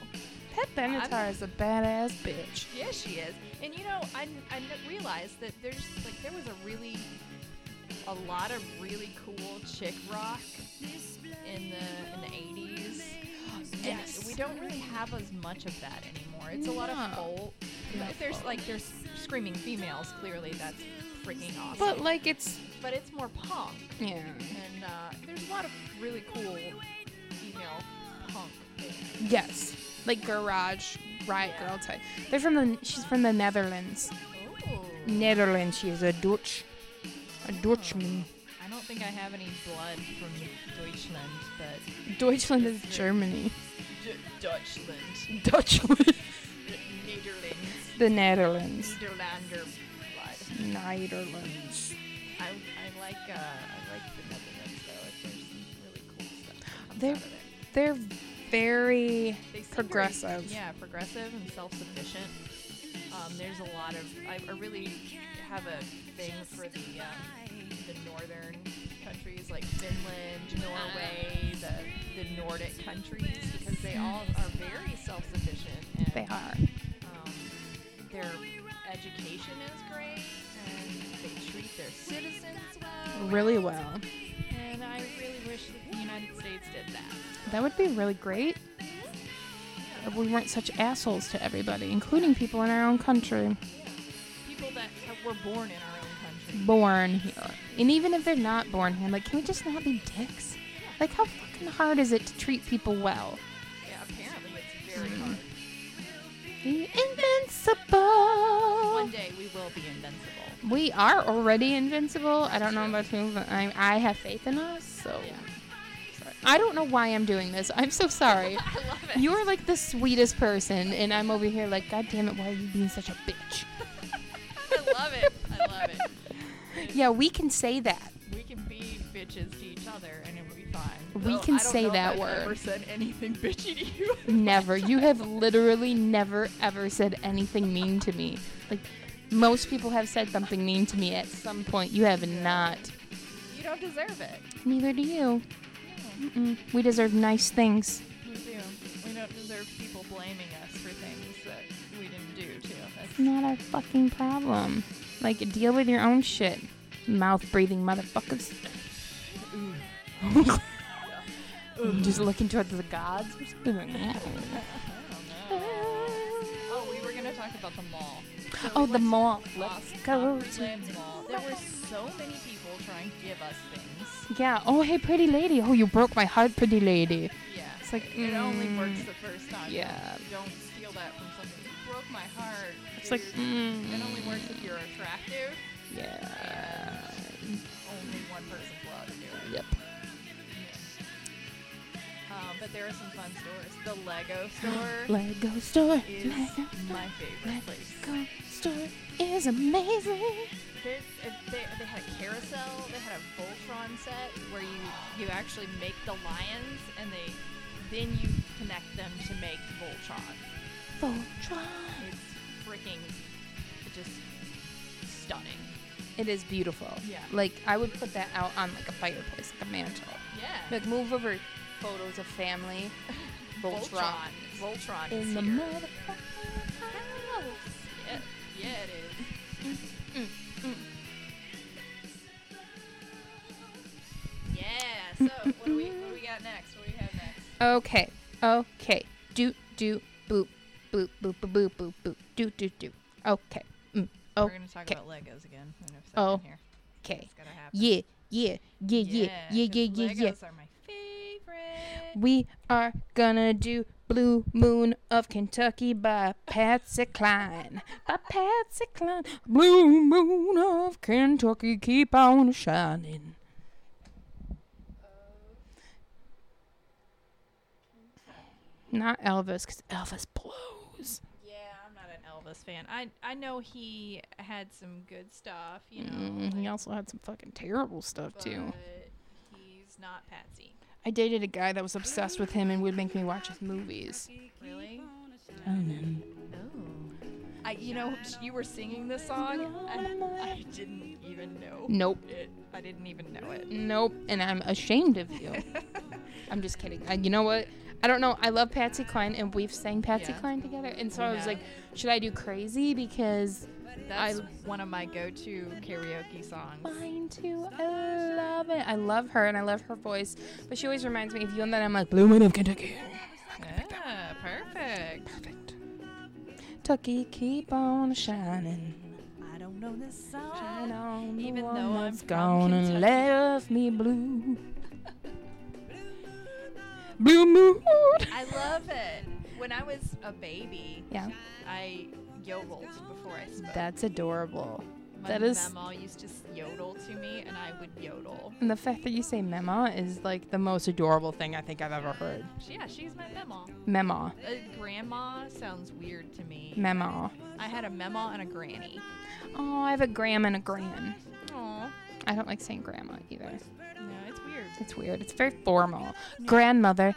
Speaker 6: Pat Benatar is a badass bitch.
Speaker 5: Yeah, she is. And you know, I, I n- realized that there's like there was a really a lot of really cool chick rock in the in the eighties.
Speaker 6: Yes.
Speaker 5: And we don't really have as much of that anymore. It's a lot of
Speaker 6: No.
Speaker 5: folk.
Speaker 6: No
Speaker 5: But there's
Speaker 6: folk.
Speaker 5: like there's screaming females. Clearly, that's freaking awesome.
Speaker 6: But like it's
Speaker 5: but it's more punk,
Speaker 6: yeah.
Speaker 5: and uh, there's a lot of really cool female punk. bands.
Speaker 6: Yes. Like garage riot girl type. They're from the she's from the Netherlands.
Speaker 5: Ooh.
Speaker 6: Netherlands, she is a Dutch. A Dutchman.
Speaker 5: I don't think I have any blood from Deutschland, but
Speaker 6: Deutschland is Germany.
Speaker 5: D- Deutschland,
Speaker 6: Dutchland.
Speaker 5: Netherlands,
Speaker 6: the Netherlands.
Speaker 5: Nederlander blood.
Speaker 6: Netherlands.
Speaker 5: I, I like uh, I like the Netherlands though. If there's some really cool stuff. that comes
Speaker 6: They're
Speaker 5: out of there.
Speaker 6: They're very
Speaker 5: They seem very-
Speaker 6: progressive.
Speaker 5: yeah, progressive and self-sufficient. Um, there's a lot of I, I really have a thing for the um, the northern countries like Finland, Norway, the the Nordic countries because they all are very self-sufficient and
Speaker 6: They are.
Speaker 5: um, their education is great and they treat their citizens well.
Speaker 6: Really well.
Speaker 5: And I really wish that the United States did that.
Speaker 6: That would be really great. If we weren't such assholes to everybody, including people in our own country.
Speaker 5: People that ha- were born in our own country.
Speaker 6: Born here. And even if they're not born here, like, can we just not be dicks? Like, how fucking hard is it to treat people well?
Speaker 5: Yeah, apparently it's very hard.
Speaker 6: The invincible!
Speaker 5: One day we will be invincible.
Speaker 6: We are already invincible. I don't know about you, but I, I have faith in us. So Sorry. I don't know why I'm doing this. I'm so sorry.
Speaker 5: I love it.
Speaker 6: you are like the sweetest person, and I'm over here like, God damn it, why are you being such a bitch?
Speaker 5: I love it. I love it.
Speaker 6: Yeah, we can say that.
Speaker 5: We can be bitches to each other and it'll be fine.
Speaker 6: We
Speaker 5: Though
Speaker 6: can
Speaker 5: I don't
Speaker 6: say
Speaker 5: know if
Speaker 6: that
Speaker 5: I've
Speaker 6: word. Mm.
Speaker 5: Ever said anything bitchy to you?
Speaker 6: Never. You have literally never ever said anything mean to me. Like most people have said something mean to me at some point. You have not.
Speaker 5: You don't deserve it.
Speaker 6: Neither do you. Mm-mm. We deserve nice things.
Speaker 5: We do. We don't deserve people blaming us for things that we didn't do too. That's
Speaker 6: Not our fucking problem. Like deal with your own shit. Mouth breathing motherfuckers. Just looking towards the gods or something like that.
Speaker 5: I don't know. Oh, we were gonna talk about the mall. So
Speaker 6: Oh,
Speaker 5: we
Speaker 6: the
Speaker 5: went to
Speaker 6: mall. Let's
Speaker 5: Oscar
Speaker 6: go to
Speaker 5: Freeland Mall. There were so many people trying to give us things.
Speaker 6: Yeah. Oh, hey, pretty lady. Oh, you broke my heart, pretty lady.
Speaker 5: Yeah.
Speaker 6: It's like
Speaker 5: It only
Speaker 6: mm,
Speaker 5: works the first time.
Speaker 6: yeah.
Speaker 5: Don't steal that from someone. You broke my heart.
Speaker 6: It's like
Speaker 5: dude.
Speaker 6: mm,
Speaker 5: it only works if you're attractive.
Speaker 6: yeah.
Speaker 5: Only one person's allowed to do it.
Speaker 6: Yep.
Speaker 5: Um, but there are some fun stores. The Lego store
Speaker 6: Lego store.
Speaker 5: is
Speaker 6: Lego store.
Speaker 5: my favorite place.
Speaker 6: Lego store is amazing.
Speaker 5: There's, uh, they, they had a carousel. They had a Voltron set where you you actually make the lions and they then you connect them to make Voltron.
Speaker 6: Voltron.
Speaker 5: It's freaking just stunning.
Speaker 6: It is beautiful.
Speaker 5: Yeah.
Speaker 6: Like I would put that out on like a fireplace, like a mantle.
Speaker 5: Yeah.
Speaker 6: Like move over photos of family. Voltron.
Speaker 5: Voltron is
Speaker 6: In the
Speaker 5: here.
Speaker 6: motherfucking house.
Speaker 5: Yeah, yeah, it is. Yeah. So what do we what do we got next? What do we have next?
Speaker 6: Okay. Okay. Doot doot boop boop boop boop boop boop boop doot doot doot. Okay. Mm.
Speaker 5: We're gonna talk
Speaker 6: Okay.
Speaker 5: about Legos again in a second
Speaker 6: Oh.
Speaker 5: here.
Speaker 6: Okay.
Speaker 5: It's gonna happen.
Speaker 6: Yeah. Yeah. Yeah. Yeah. Yeah. Yeah.
Speaker 5: 'cause
Speaker 6: Yeah. Yeah.
Speaker 5: Legos are my favorite.
Speaker 6: We are gonna do Blue Moon of Kentucky by Patsy Cline. By Patsy Cline. Blue Moon of Kentucky, keep on shining. Not Elvis, 'cause Elvis blows.
Speaker 5: Yeah, I'm not an Elvis fan. I I know he had some good stuff, you know.
Speaker 6: Mm, he
Speaker 5: like,
Speaker 6: also had some fucking terrible stuff, too.
Speaker 5: but He's not Patsy.
Speaker 6: I dated a guy that was obsessed with him and would make me watch his movies.
Speaker 5: Really? Oh. I, you know, you were singing this song, and I didn't even know
Speaker 6: Nope.
Speaker 5: it. I didn't even know it.
Speaker 6: Nope, and I'm ashamed of you. I'm just kidding. I, you know what? I don't know. I love Patsy Cline, and we've sang Patsy
Speaker 5: Yeah.
Speaker 6: Cline together. And so I was
Speaker 5: Yeah.
Speaker 6: like, should I do crazy? Because
Speaker 5: That's one of my go-to karaoke songs.
Speaker 6: mine too. I love it. I love her, and I love her voice. But she always reminds me of you, and then I'm like, Blue Moon of Kentucky.
Speaker 5: Yeah, perfect.
Speaker 6: Perfect. Tucky, keep on shining.
Speaker 5: I don't know this
Speaker 6: Shine
Speaker 5: song.
Speaker 6: on the
Speaker 5: Even
Speaker 6: one
Speaker 5: though I'm
Speaker 6: that's
Speaker 5: from
Speaker 6: gone and
Speaker 5: Kentucky.
Speaker 6: left me blue. blue moon.
Speaker 5: I love it. When I was a baby,
Speaker 6: Yeah.
Speaker 5: I yodeled before I spoke.
Speaker 6: That's adorable.
Speaker 5: my
Speaker 6: that is-
Speaker 5: Mama used to s- yodel to me, and I would yodel.
Speaker 6: And the fact that you say mema is like the most adorable thing I think I've ever heard.
Speaker 5: She- Yeah, she's my mama.
Speaker 6: Mema.
Speaker 5: A grandma sounds weird to me.
Speaker 6: Mema.
Speaker 5: I had a mama and a granny.
Speaker 6: Oh, I have a gram and a gran.
Speaker 5: Aw.
Speaker 6: I don't like saying grandma either.
Speaker 5: No, it's weird.
Speaker 6: It's weird. It's very formal. Grandmother.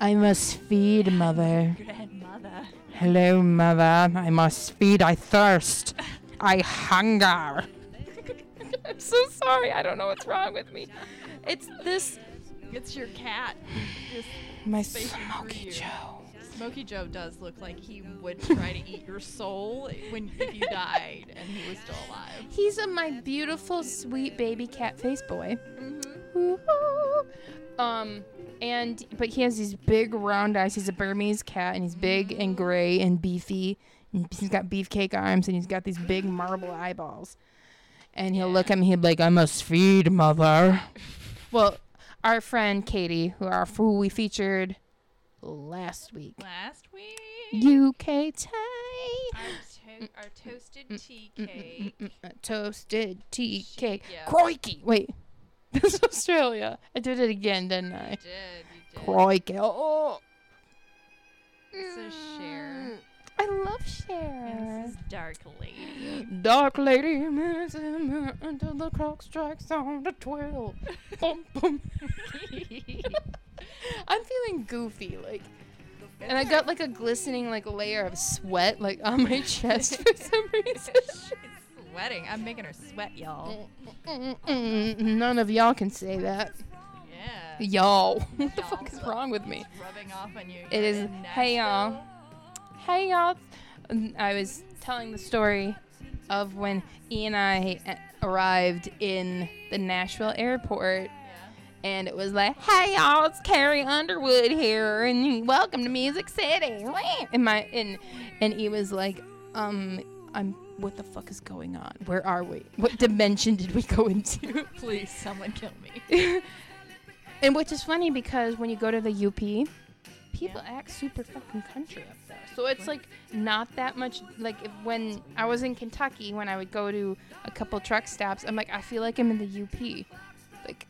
Speaker 6: I must feed, mother.
Speaker 5: Grandmother.
Speaker 6: Hello, mother. I must feed. I thirst. I hunger. I'm so sorry. I don't know what's wrong with me. It's this.
Speaker 5: It's your cat. Just
Speaker 6: My
Speaker 5: Spacing through
Speaker 6: Smoky
Speaker 5: you.
Speaker 6: Joe.
Speaker 5: Smokey Joe does look like he would try to eat your soul when if you died and he was still alive.
Speaker 6: He's a, my beautiful, sweet baby cat face boy. Um, and but he has these big round eyes. He's a Burmese cat, and he's big and gray and beefy. And he's got beefcake arms, and he's got these big marble eyeballs. And he'll look at me. He'd be like, "I must feed mother." well, our friend Katie, who are who we featured last week,
Speaker 5: Last week,
Speaker 6: UK Thai
Speaker 5: our, to- our toasted tea cake.
Speaker 6: uh, toasted tea
Speaker 5: She-
Speaker 6: cake.
Speaker 5: yeah.
Speaker 6: Crikey! Wait, that's Australia. I did it again, didn't I?
Speaker 5: You did, you did.
Speaker 6: Crikey! Oh.
Speaker 5: So Cher.
Speaker 6: I love
Speaker 5: And
Speaker 6: Cher.
Speaker 5: this is Dark Lady.
Speaker 6: Dark lady minutes until the clock strikes on the twelve. Bum, bum. I'm feeling goofy, like, and I got like a glistening like layer of sweat like on my chest for some reason.
Speaker 5: Sweating. I'm making her sweat, y'all.
Speaker 6: Mm, None of y'all can say that.
Speaker 5: Yeah.
Speaker 6: Y'all, what the fuck is wrong with me?
Speaker 5: Rubbing off on you.
Speaker 6: It
Speaker 5: You're
Speaker 6: is-
Speaker 5: in
Speaker 6: hey, y'all.
Speaker 5: Nashville.
Speaker 6: Hey y'all! Um, I was telling the story of when E and I a- arrived in the Nashville airport, and it was like, "Hey y'all, it's Carrie Underwood here, and welcome to Music City." And my and and E was like, "Um, I'm what the fuck is going on? Where are we? What dimension did we go into?"
Speaker 5: Please, someone kill me.
Speaker 6: And which is funny because when you go to the UP,
Speaker 7: people act super fucking country up there. So it's like not that much. Like if, when I was in Kentucky, when I would go to a couple truck stops, I'm like, I feel like I'm in the UP. Like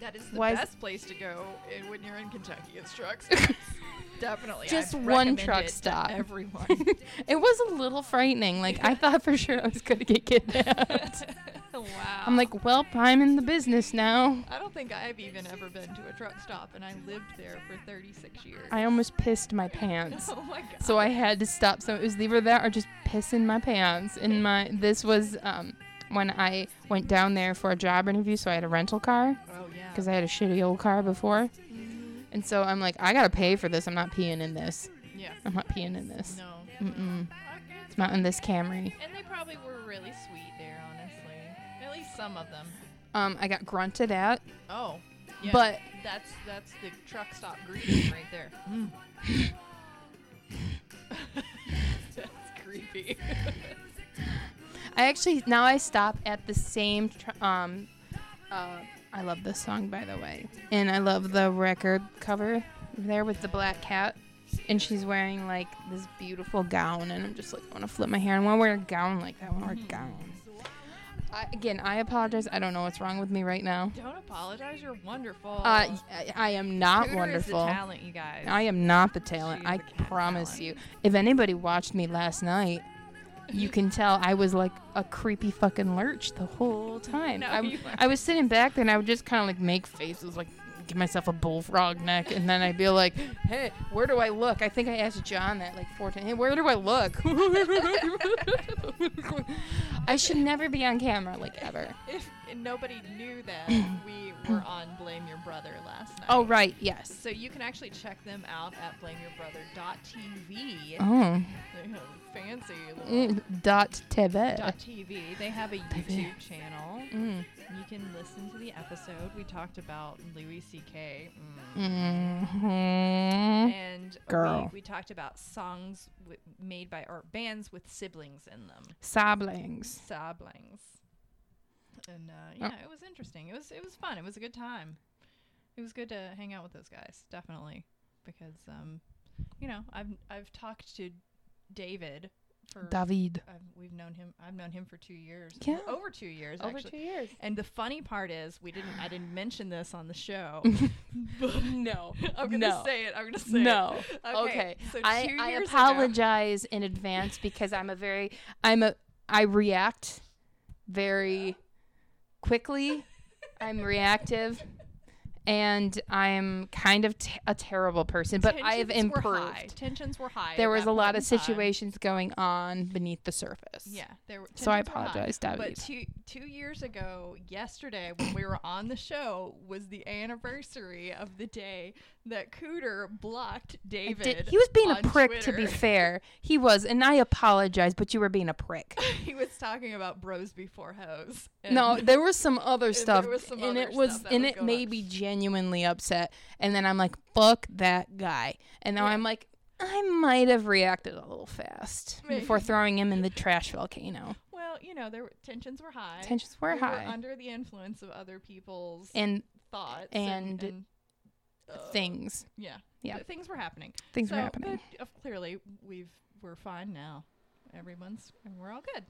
Speaker 5: That is the
Speaker 7: Why is-
Speaker 5: best place to go i- when you're in Kentucky. It's trucks. Definitely. I
Speaker 7: Just one
Speaker 5: recommend
Speaker 7: truck
Speaker 5: it to
Speaker 7: stop.
Speaker 5: Everyone.
Speaker 7: it was a little frightening. Like I thought for sure I was gonna get kidnapped.
Speaker 5: wow.
Speaker 7: I'm like, well, I'm in the business now.
Speaker 5: I don't think I've even ever been to a truck stop, and I lived there for 36 years.
Speaker 7: I almost pissed my pants.
Speaker 5: oh my god.
Speaker 7: So I had to stop. So it was either that or just pissing my pants. And my this was um, when I went down there for a job interview. So I had a rental car
Speaker 5: oh yeah.
Speaker 7: because I had a shitty old car before. And so I'm like, I gotta pay for this. I'm not peeing in this.
Speaker 5: yeah.
Speaker 7: I'm not peeing in this.
Speaker 5: No.
Speaker 7: Mm-mm. It's not in this Camry.
Speaker 5: And they probably were really sweet there, honestly. At least some of them.
Speaker 7: Um, I got grunted at.
Speaker 5: Oh. Yeah.
Speaker 7: But-
Speaker 5: that's that's the truck stop greeting right there. Hmm. that's creepy.
Speaker 7: I actually now I stop at the same. Tr- um, uh, I love this song by the way, and I love the record cover there with the black cat, and she's wearing like this beautiful gown, and I'm just like I want to flip my hair. I want to wear a gown like that. I want to
Speaker 5: Mm-hmm.
Speaker 7: wear a gown. I, again, I apologize. I don't know what's wrong with me right now.
Speaker 5: Don't apologize. You're wonderful.
Speaker 7: Uh, y- I, I am
Speaker 5: Cooter
Speaker 7: not
Speaker 5: is the
Speaker 7: wonderful.
Speaker 5: talent, you guys.
Speaker 7: I am not the talent.
Speaker 5: She's
Speaker 7: I
Speaker 5: the cat
Speaker 7: promise
Speaker 5: talent.
Speaker 7: you. If anybody watched me last night, you can tell I was like a creepy fucking lurch the whole time.
Speaker 5: No,
Speaker 7: I,
Speaker 5: you
Speaker 7: I was sitting back there and I would just kind of like make faces, like give myself a bullfrog neck, and then I'd be like, "Hey, where do I look?" I think I asked John that like four times. Hey, where do I look? I should never be on camera, like ever.
Speaker 5: If nobody knew that, we were on Blame Your Brother last night.
Speaker 7: Oh right, yes.
Speaker 5: So you can actually check them out at blameyourbrother.tv.
Speaker 7: Oh,
Speaker 5: They have a fancy little
Speaker 7: mm, dot TV.
Speaker 5: dot .tv. They have a YouTube channel.
Speaker 7: Mm.
Speaker 5: You can listen to the episode. We talked about Louis C.K. Mm.
Speaker 7: hmm
Speaker 5: And
Speaker 7: Mm-hmm. Girl.
Speaker 5: We, we talked about songs w- made by or bands with siblings in them,
Speaker 7: Siblings.
Speaker 5: siblings. And uh,
Speaker 7: Oh.
Speaker 5: yeah, it was interesting. It was it was fun. It was a good time. It was good to hang out with those guys, definitely, because um, you know, I've I've talked to David for
Speaker 7: David.
Speaker 5: I've, we've known him. I've known him for two years.
Speaker 7: Yeah.
Speaker 5: over two years. actually.
Speaker 7: years.
Speaker 5: And the funny part is, we didn't. I didn't mention this on the show.
Speaker 7: No.
Speaker 5: I'm gonna
Speaker 7: no.
Speaker 5: say it. I'm gonna say
Speaker 7: No.
Speaker 5: it.
Speaker 7: Okay.
Speaker 5: So
Speaker 7: I,
Speaker 5: two
Speaker 7: I
Speaker 5: years
Speaker 7: apologize in advance because I'm a very I'm a I react very quickly. I'm reactive and I'm kind of t- a terrible person,
Speaker 5: ago,
Speaker 7: but I have
Speaker 5: tensions were high.
Speaker 7: improved.
Speaker 5: Tensions were high.
Speaker 7: There
Speaker 5: at
Speaker 7: was
Speaker 5: that
Speaker 7: a lot
Speaker 5: point
Speaker 7: of
Speaker 5: in time.
Speaker 7: situations going on beneath the surface.
Speaker 5: Yeah, there were.
Speaker 7: So I
Speaker 5: tensions were high.
Speaker 7: apologize, David.
Speaker 5: But two two years ago, yesterday when we were on the show, was the anniversary of the day that Cooter blocked
Speaker 7: I did-
Speaker 5: David.
Speaker 7: he was being a
Speaker 5: on
Speaker 7: prick to be
Speaker 5: Twitter.
Speaker 7: fair. He was, and I apologize, but you were being a prick.
Speaker 5: he was talking about bros before hoes. and-
Speaker 7: No, there was some other
Speaker 5: there
Speaker 7: stuff,
Speaker 5: was some
Speaker 7: and
Speaker 5: other
Speaker 7: it was,
Speaker 5: stuff that
Speaker 7: and
Speaker 5: was
Speaker 7: it
Speaker 5: going
Speaker 7: made
Speaker 5: on.
Speaker 7: me genuinely upset. And then I'm like, "Fuck that guy!" And now I'm like, I might have reacted a little fast before
Speaker 5: Maybe.
Speaker 7: throwing him in the trash volcano.
Speaker 5: Well, you know, there were, tensions were high.
Speaker 7: Tensions were
Speaker 5: We
Speaker 7: high,
Speaker 5: under the influence of other people's
Speaker 7: and
Speaker 5: thoughts
Speaker 7: and
Speaker 5: uh,
Speaker 7: things,
Speaker 5: Yeah,
Speaker 7: Yeah.
Speaker 5: Th- things were happening.
Speaker 7: things
Speaker 5: so,
Speaker 7: were happening.
Speaker 5: But uh, clearly, we've we're fine now. Everyone's and we're all good.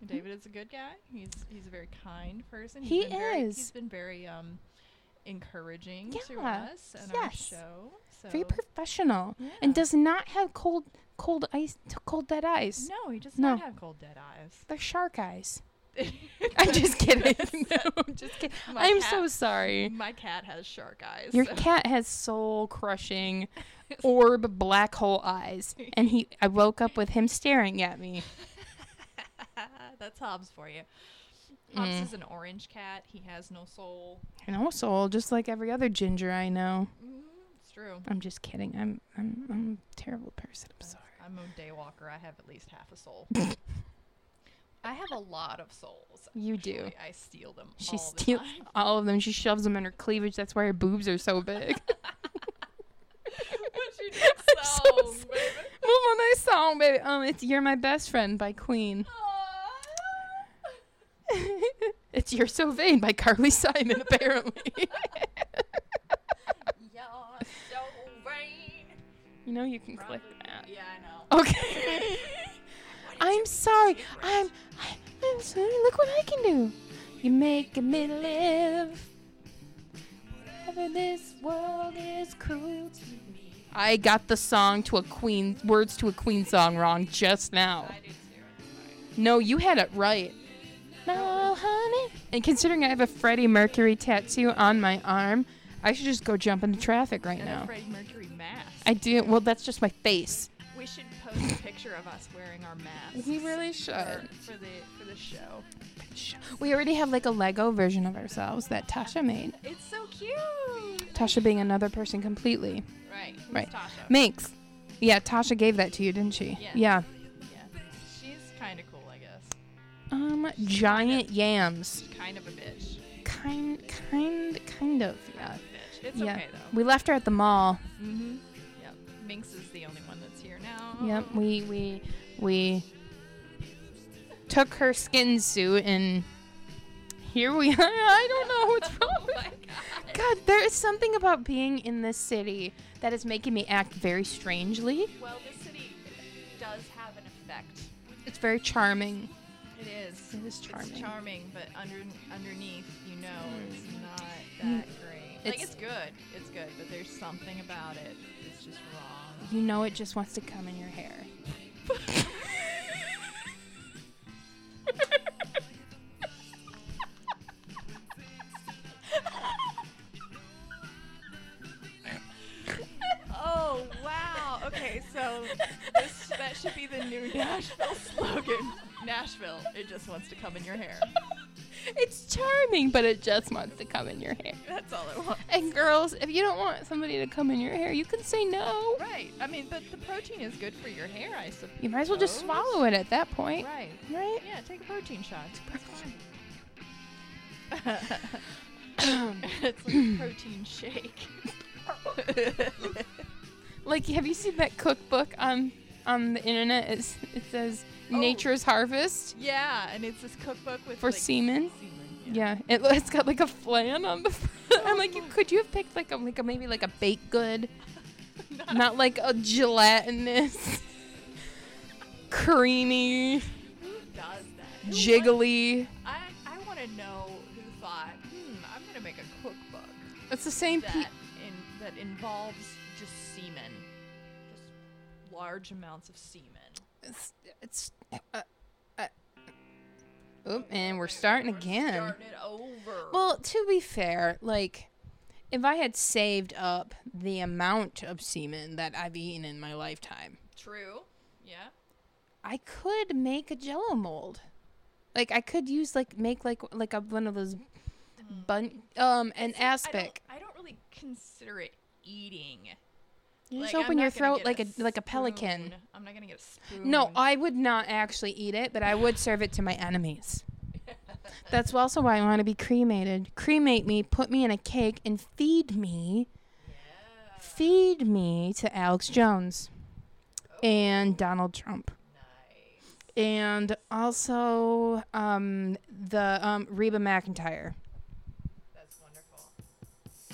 Speaker 5: And David is a good guy. He's he's a very kind person. He's
Speaker 7: Mm-hmm. He
Speaker 5: been very-
Speaker 7: is.
Speaker 5: he's been very um encouraging to
Speaker 7: Yeah.
Speaker 5: us and our
Speaker 7: Yes.
Speaker 5: show. So
Speaker 7: Very professional,
Speaker 5: Yeah.
Speaker 7: and does not have cold, cold ice, cold dead eyes.
Speaker 5: no, he does
Speaker 7: No.
Speaker 5: not have cold dead eyes.
Speaker 7: They're shark eyes. I'm just kidding. No, I'm just kidding.
Speaker 5: My
Speaker 7: I'm
Speaker 5: cat-
Speaker 7: so sorry.
Speaker 5: My cat has shark eyes.
Speaker 7: Your
Speaker 5: so-
Speaker 7: cat has soul crushing orb black hole eyes. And he I woke up with him staring at me.
Speaker 5: That's Hobbs for you. Hobbs
Speaker 7: Mm.
Speaker 5: is an orange cat. He has no soul.
Speaker 7: And also, just like every other ginger I know.
Speaker 5: Mm, it's true.
Speaker 7: I'm just kidding. I'm I'm I'm a terrible person. I'm sorry.
Speaker 5: I'm a daywalker. I have at least half a soul. I have a lot of souls.
Speaker 7: You
Speaker 5: actually.
Speaker 7: do.
Speaker 5: I steal them.
Speaker 7: She
Speaker 5: all the
Speaker 7: steals
Speaker 5: time.
Speaker 7: all of them. She shoves them in her cleavage. That's why her boobs are so big.
Speaker 5: but she did
Speaker 7: I'm so
Speaker 5: so.
Speaker 7: sorry.
Speaker 5: baby.
Speaker 7: Move on that song, baby. Um, it's "You're My Best Friend" by Queen.
Speaker 5: Aw.
Speaker 7: it's "You're So Vain" by Carly Simon, apparently.
Speaker 5: You're so
Speaker 7: You know you can click that.
Speaker 5: Yeah, I know.
Speaker 7: Okay. I'm sorry. I'm, I'm I'm sorry. Look what I can do. You're making me live. Whatever this world is cruel to me. I got the song to a Queen words to a Queen song wrong just now. No, you had it right. No, honey. And considering I have a Freddie Mercury tattoo on my arm, I should just go jump into traffic right
Speaker 5: And
Speaker 7: now.
Speaker 5: a Freddie Mercury mask.
Speaker 7: Oh. I do. Well, that's just my face.
Speaker 5: we should post a picture of us wearing our masks.
Speaker 7: We really
Speaker 5: for,
Speaker 7: should.
Speaker 5: for the for the show.
Speaker 7: We already have like a Lego version of ourselves that Tasha made.
Speaker 5: It's so cute.
Speaker 7: Tasha being another person completely.
Speaker 5: Right. who's
Speaker 7: Right.
Speaker 5: Tasha.
Speaker 7: Minx. Yeah, Tasha gave that to you, didn't she?
Speaker 5: Yeah. yeah. She's kind of cool, I guess.
Speaker 7: Um, giant yams.
Speaker 5: Kind of a bitch.
Speaker 7: Kind, kind, kind of. Yeah.
Speaker 5: Bitch. It's
Speaker 7: yeah.
Speaker 5: okay though.
Speaker 7: We left her at the mall.
Speaker 5: Mm-hmm. Yep. Minx is the only one that's here now.
Speaker 7: Yep. We we we took her skin suit and here we are. I don't know what's wrong.
Speaker 5: Oh
Speaker 7: with
Speaker 5: my god.
Speaker 7: God, there is something about being in this city that is making me act very strangely.
Speaker 5: Well, this city does have an effect.
Speaker 7: It's very charming.
Speaker 5: It is.
Speaker 7: It is charming.
Speaker 5: It's charming, but under underneath, you know, it's not that great. like
Speaker 7: Mm. It's-
Speaker 5: it's good, it's good, but there's something about it that's just wrong.
Speaker 7: You know it just wants to come in your hair.
Speaker 5: Oh wow! Okay, so this, that should be the new Nashville slogan. Nashville, it just wants to come in your hair.
Speaker 7: It's charming, but it just wants to come in your hair.
Speaker 5: That's all it wants.
Speaker 7: And girls, if you don't want somebody to come in your hair, you can say no.
Speaker 5: Right. I mean, but the protein is good for your hair, I suppose.
Speaker 7: You might as well just swallow it at that point.
Speaker 5: Right.
Speaker 7: Right?
Speaker 5: Yeah. Take a protein shot. it's like a protein shake.
Speaker 7: Like, have you seen that cookbook on on the internet? It's, it says Nature's Harvest
Speaker 5: yeah, and it's this cookbook with
Speaker 7: for
Speaker 5: like,
Speaker 7: semen.
Speaker 5: semen,
Speaker 7: Yeah, it, it's got like a flan on the. front. I'm like, you, could you have picked like a like a maybe like a baked good, not like a gelatinous, creamy,
Speaker 5: Who does that? Who wants-
Speaker 7: jiggly.
Speaker 5: I I want to know who thought. Hmm. I'm gonna make a cookbook
Speaker 7: It's the same.
Speaker 5: that
Speaker 7: Pe-
Speaker 5: in, that involves just semen, just large amounts of semen.
Speaker 7: it's, it's uh, uh, oop, and we're starting
Speaker 5: We're
Speaker 7: again.
Speaker 5: Starting it over.
Speaker 7: Well, to be fair, like if I had saved up the amount of semen that I've eaten in my lifetime,
Speaker 5: True. Yeah.
Speaker 7: I could make a jello mold. Like I could use like make like like a one of those bun um an
Speaker 5: See,
Speaker 7: aspic.
Speaker 5: I don't, I don't really consider it eating.
Speaker 7: You just
Speaker 5: Like, I'm
Speaker 7: open
Speaker 5: not
Speaker 7: your
Speaker 5: gonna
Speaker 7: throat
Speaker 5: get
Speaker 7: like a like a
Speaker 5: spoon.
Speaker 7: pelican.
Speaker 5: I'm not gonna get a spoon.
Speaker 7: No, Oh, I would not actually eat it, but I would serve it to my enemies. That's also why I want to be cremated. Cremate me, put me in a cake, and feed me. Feed me to Alex Jones and Donald Trump. And also um, the um, Reba McIntyre.
Speaker 5: That's wonderful.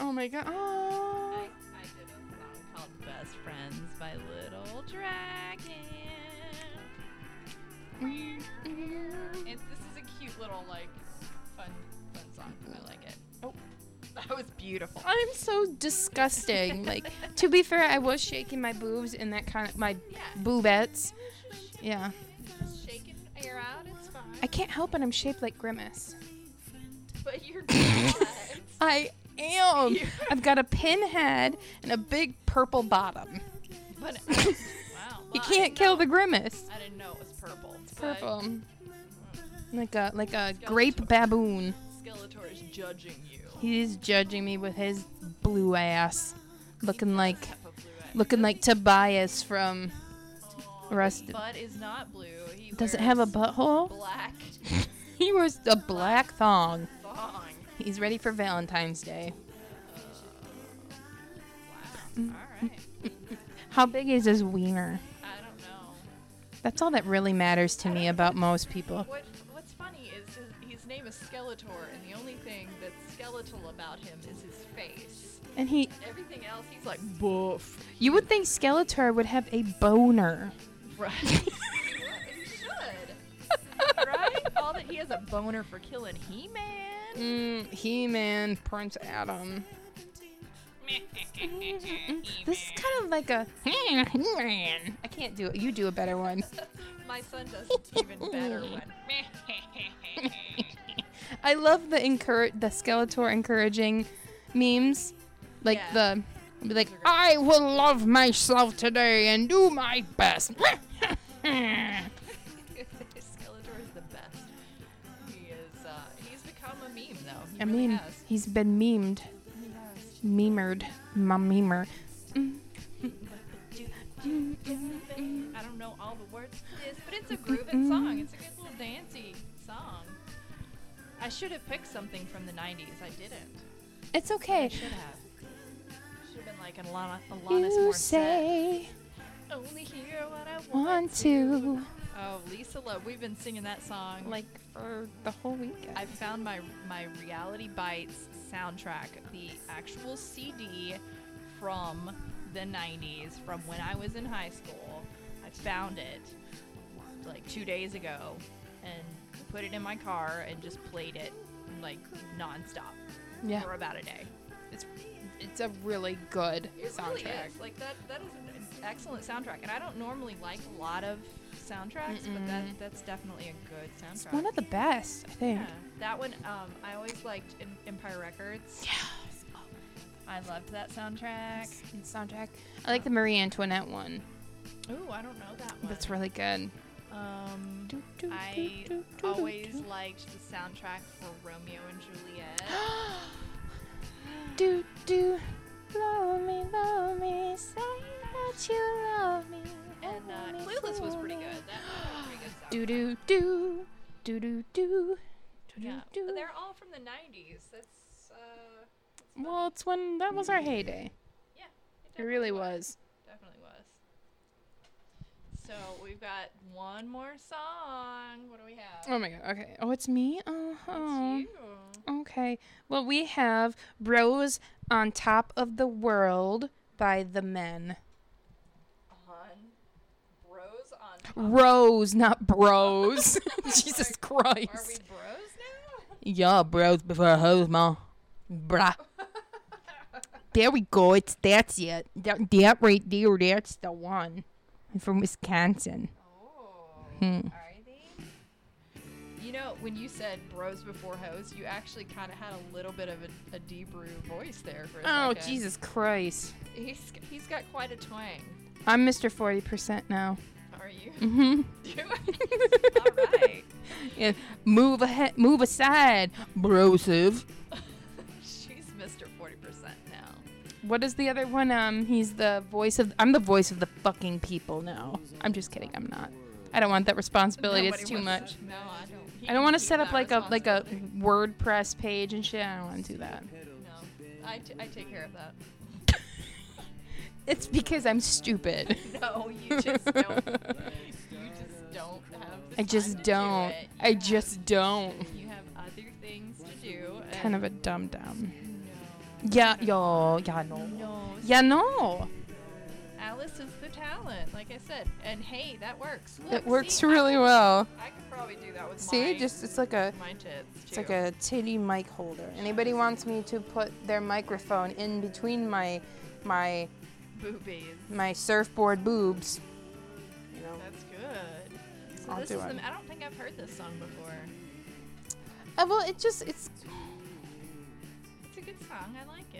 Speaker 7: Oh my god. Oh.
Speaker 5: I, I did a song called "Best Friends" by Little Dragon. It's, this is a cute little like fun fun song. I like it. Oh, that was beautiful.
Speaker 7: I'm so disgusting. like to be fair, I was shaking my boobs and that kind of my boobettes. Yeah.
Speaker 5: Just shaking air out, it's fine.
Speaker 7: I can't help it. I'm shaped like Grimace.
Speaker 5: But you're not.
Speaker 7: I am. I've got a pinhead and a big purple bottom.
Speaker 5: but wow,
Speaker 7: You
Speaker 5: well,
Speaker 7: can't kill the Grimace.
Speaker 5: I didn't know it was purple. It's
Speaker 7: Purple. Like a like a grape baboon.
Speaker 5: Skeletor is judging you.
Speaker 7: He's judging me with his blue ass, looking like
Speaker 5: Have a blue eye.
Speaker 7: looking like Tobias from Rusted.
Speaker 5: Butt is not blue. He
Speaker 7: Does it have a
Speaker 5: wears
Speaker 7: butthole?
Speaker 5: black
Speaker 7: He wears a black thong.
Speaker 5: thong?
Speaker 7: He's ready for Valentine's Day.
Speaker 5: All
Speaker 7: Mm.
Speaker 5: right.
Speaker 7: How big is his wiener?
Speaker 5: I don't know.
Speaker 7: That's all that really matters to me about most people.
Speaker 5: What What's funny is his, his name is Skeletor, and the only thing that's skeletal about him is his face.
Speaker 7: And he,
Speaker 5: Everything else, he's like boof.
Speaker 7: you would think Skeletor would have a boner.
Speaker 5: Right. he should. right? All that he has a boner for killing He Man.
Speaker 7: Mm, He-Man, Prince Adam. this is kind of like a. I can't do it. You do a better one.
Speaker 5: My son does an even better one.
Speaker 7: I love the encourage the Skeletor encouraging memes, like
Speaker 5: Yeah.
Speaker 7: the be like I will love myself today and do my best.
Speaker 5: Skeletor is the best. He is. Uh, he's become a meme though. He
Speaker 7: I
Speaker 5: really
Speaker 7: mean,
Speaker 5: has.
Speaker 7: he's been memed, memered, my memer.
Speaker 5: I don't know all the words to this, but it's a grooving song. It's a good little dancey song. I should have picked something from the 90s. I didn't.
Speaker 7: It's okay.
Speaker 5: Should have. Should have been like an Alana, Alanis
Speaker 7: You
Speaker 5: Morissette.
Speaker 7: say
Speaker 5: Only hear what I want.
Speaker 7: want to
Speaker 5: Oh, Lisa Loeb. We've been singing that song.
Speaker 7: like for the whole weekend.
Speaker 5: I found my my Reality Bites soundtrack, the actual CD from the 90s, from when I was in high school. I found it like two days ago and put it in my car and just played it like nonstop
Speaker 7: yeah,
Speaker 5: for about a day.
Speaker 7: it's it's a really good
Speaker 5: It really
Speaker 7: soundtrack.
Speaker 5: is. Like that that is an excellent soundtrack. And I don't normally like a lot of soundtracks, but that that's definitely a good soundtrack.
Speaker 7: It's one of the best, I think.
Speaker 5: Yeah, that one. Um, I always liked Em- Empire Records. Yes. I loved that soundtrack.
Speaker 7: And soundtrack. I like the Marie Antoinette one.
Speaker 5: Ooh, I don't know that one.
Speaker 7: That's really good.
Speaker 5: Um,
Speaker 7: Do, do, do,
Speaker 5: I
Speaker 7: do, do,
Speaker 5: always liked the soundtrack for Romeo and Juliet.
Speaker 7: do do. Love me, love me, say that you love me.
Speaker 5: and uh, Clueless was pretty good. That was a pretty good soundtrack.
Speaker 7: Do do do, do do do, do
Speaker 5: Yeah.
Speaker 7: do do.
Speaker 5: They're all from the '90s. That's. Uh,
Speaker 7: Well, it's when that was our heyday.
Speaker 5: yeah.
Speaker 7: It really
Speaker 5: definitely
Speaker 7: was.
Speaker 5: Definitely was. So we've got one more song. What do we have?
Speaker 7: Oh my god. Okay. Oh, it's me. Oh. oh.
Speaker 5: It's you.
Speaker 7: Okay. Well, we have Bros on Top of the World by the Men.
Speaker 5: on bros on
Speaker 7: Rose, not bros. Jesus
Speaker 5: are we
Speaker 7: Christ.
Speaker 5: bros now
Speaker 7: Yeah, bros before hoes, ma. Bruh. there we go. It's that's it. That, that right there. That's the one. I'm from Wisconsin. Hmm.
Speaker 5: oh are they you know when you said bros before hoes you actually kind of had a little bit of a, a deep voice there for a
Speaker 7: Oh,
Speaker 5: second.
Speaker 7: Jesus Christ.
Speaker 5: he's he's got quite a twang
Speaker 7: I'm Mr. 40% now.
Speaker 5: are you
Speaker 7: Mm-hmm.
Speaker 5: all right
Speaker 7: Yeah. Move ahead. Move aside, brosive.
Speaker 5: she's mr 40 percent now
Speaker 7: What is the other one? Um, he's the voice of. I'm the voice of the fucking people now. I'm just kidding. I'm not. I don't want that responsibility.
Speaker 5: Nobody
Speaker 7: it's too much.
Speaker 5: wants that. no i don't he
Speaker 7: I don't
Speaker 5: can
Speaker 7: want to
Speaker 5: keep
Speaker 7: set up
Speaker 5: that
Speaker 7: like a like a
Speaker 5: responsibility.
Speaker 7: WordPress page and shit. I don't want to do that.
Speaker 5: no I, t- I take care of that
Speaker 7: It's because I'm stupid.
Speaker 5: No, you just don't. you just don't have. The
Speaker 7: I
Speaker 5: time
Speaker 7: just
Speaker 5: to do
Speaker 7: don't.
Speaker 5: it. You
Speaker 7: I
Speaker 5: have-
Speaker 7: just don't.
Speaker 5: You have other things to do. And
Speaker 7: Kind of a dumb dumb.
Speaker 5: No.
Speaker 7: Yeah, yo, yeah, no.
Speaker 5: No.
Speaker 7: Yeah, no.
Speaker 5: Alice is the talent, like I said. And hey, that works. Look,
Speaker 7: It works
Speaker 5: see,
Speaker 7: really
Speaker 5: I,
Speaker 7: well.
Speaker 5: I could probably do that with
Speaker 7: See,
Speaker 5: my,
Speaker 7: just it's like a
Speaker 5: my tits
Speaker 7: It's
Speaker 5: too.
Speaker 7: like a titty mic holder. Anybody wants me to put their microphone in between my my
Speaker 5: boobies.
Speaker 7: my surfboard boobs. You know.
Speaker 5: That's good. So
Speaker 7: I'll
Speaker 5: this
Speaker 7: do
Speaker 5: is
Speaker 7: it.
Speaker 5: the, I don't think I've heard this song before.
Speaker 7: Uh, well, it just it's
Speaker 5: It's a good song. I like it.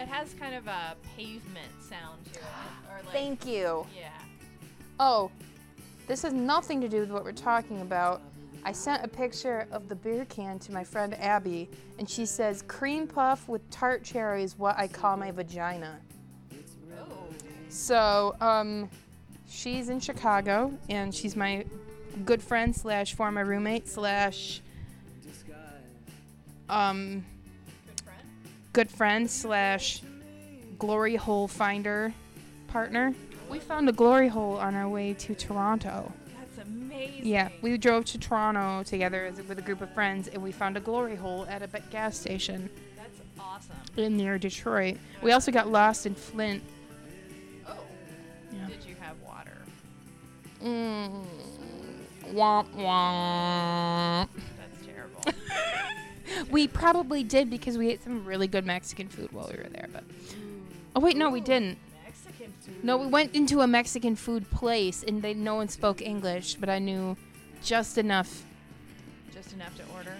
Speaker 5: It has kind of a pavement sound to it, or like
Speaker 7: thank you.
Speaker 5: yeah.
Speaker 7: Oh, this has nothing to do with what we're talking about. I sent a picture of the beer can to my friend Abby, and she says cream puff with tart cherry is what I call my vagina.
Speaker 5: Oh.
Speaker 7: So, um, she's in Chicago, and she's my good friend slash former roommate slash um
Speaker 5: Good friend.
Speaker 7: good friend slash glory hole finder partner. We found a glory hole on our way to Toronto.
Speaker 5: That's amazing.
Speaker 7: Yeah, we drove to Toronto together as, with a group of friends, and we found a glory hole at a b- gas station
Speaker 5: That's awesome.
Speaker 7: in near Detroit. We also got lost in Flint.
Speaker 5: Oh.
Speaker 7: Yeah.
Speaker 5: Did you have water?
Speaker 7: Mm. Womp womp.
Speaker 5: That's terrible.
Speaker 7: We probably did because we ate some really good Mexican food while we were there. But oh wait, no, we didn't.
Speaker 5: Mexican food.
Speaker 7: No, we went into a Mexican food place, and they no one spoke English, but I knew just enough
Speaker 5: Just enough to order.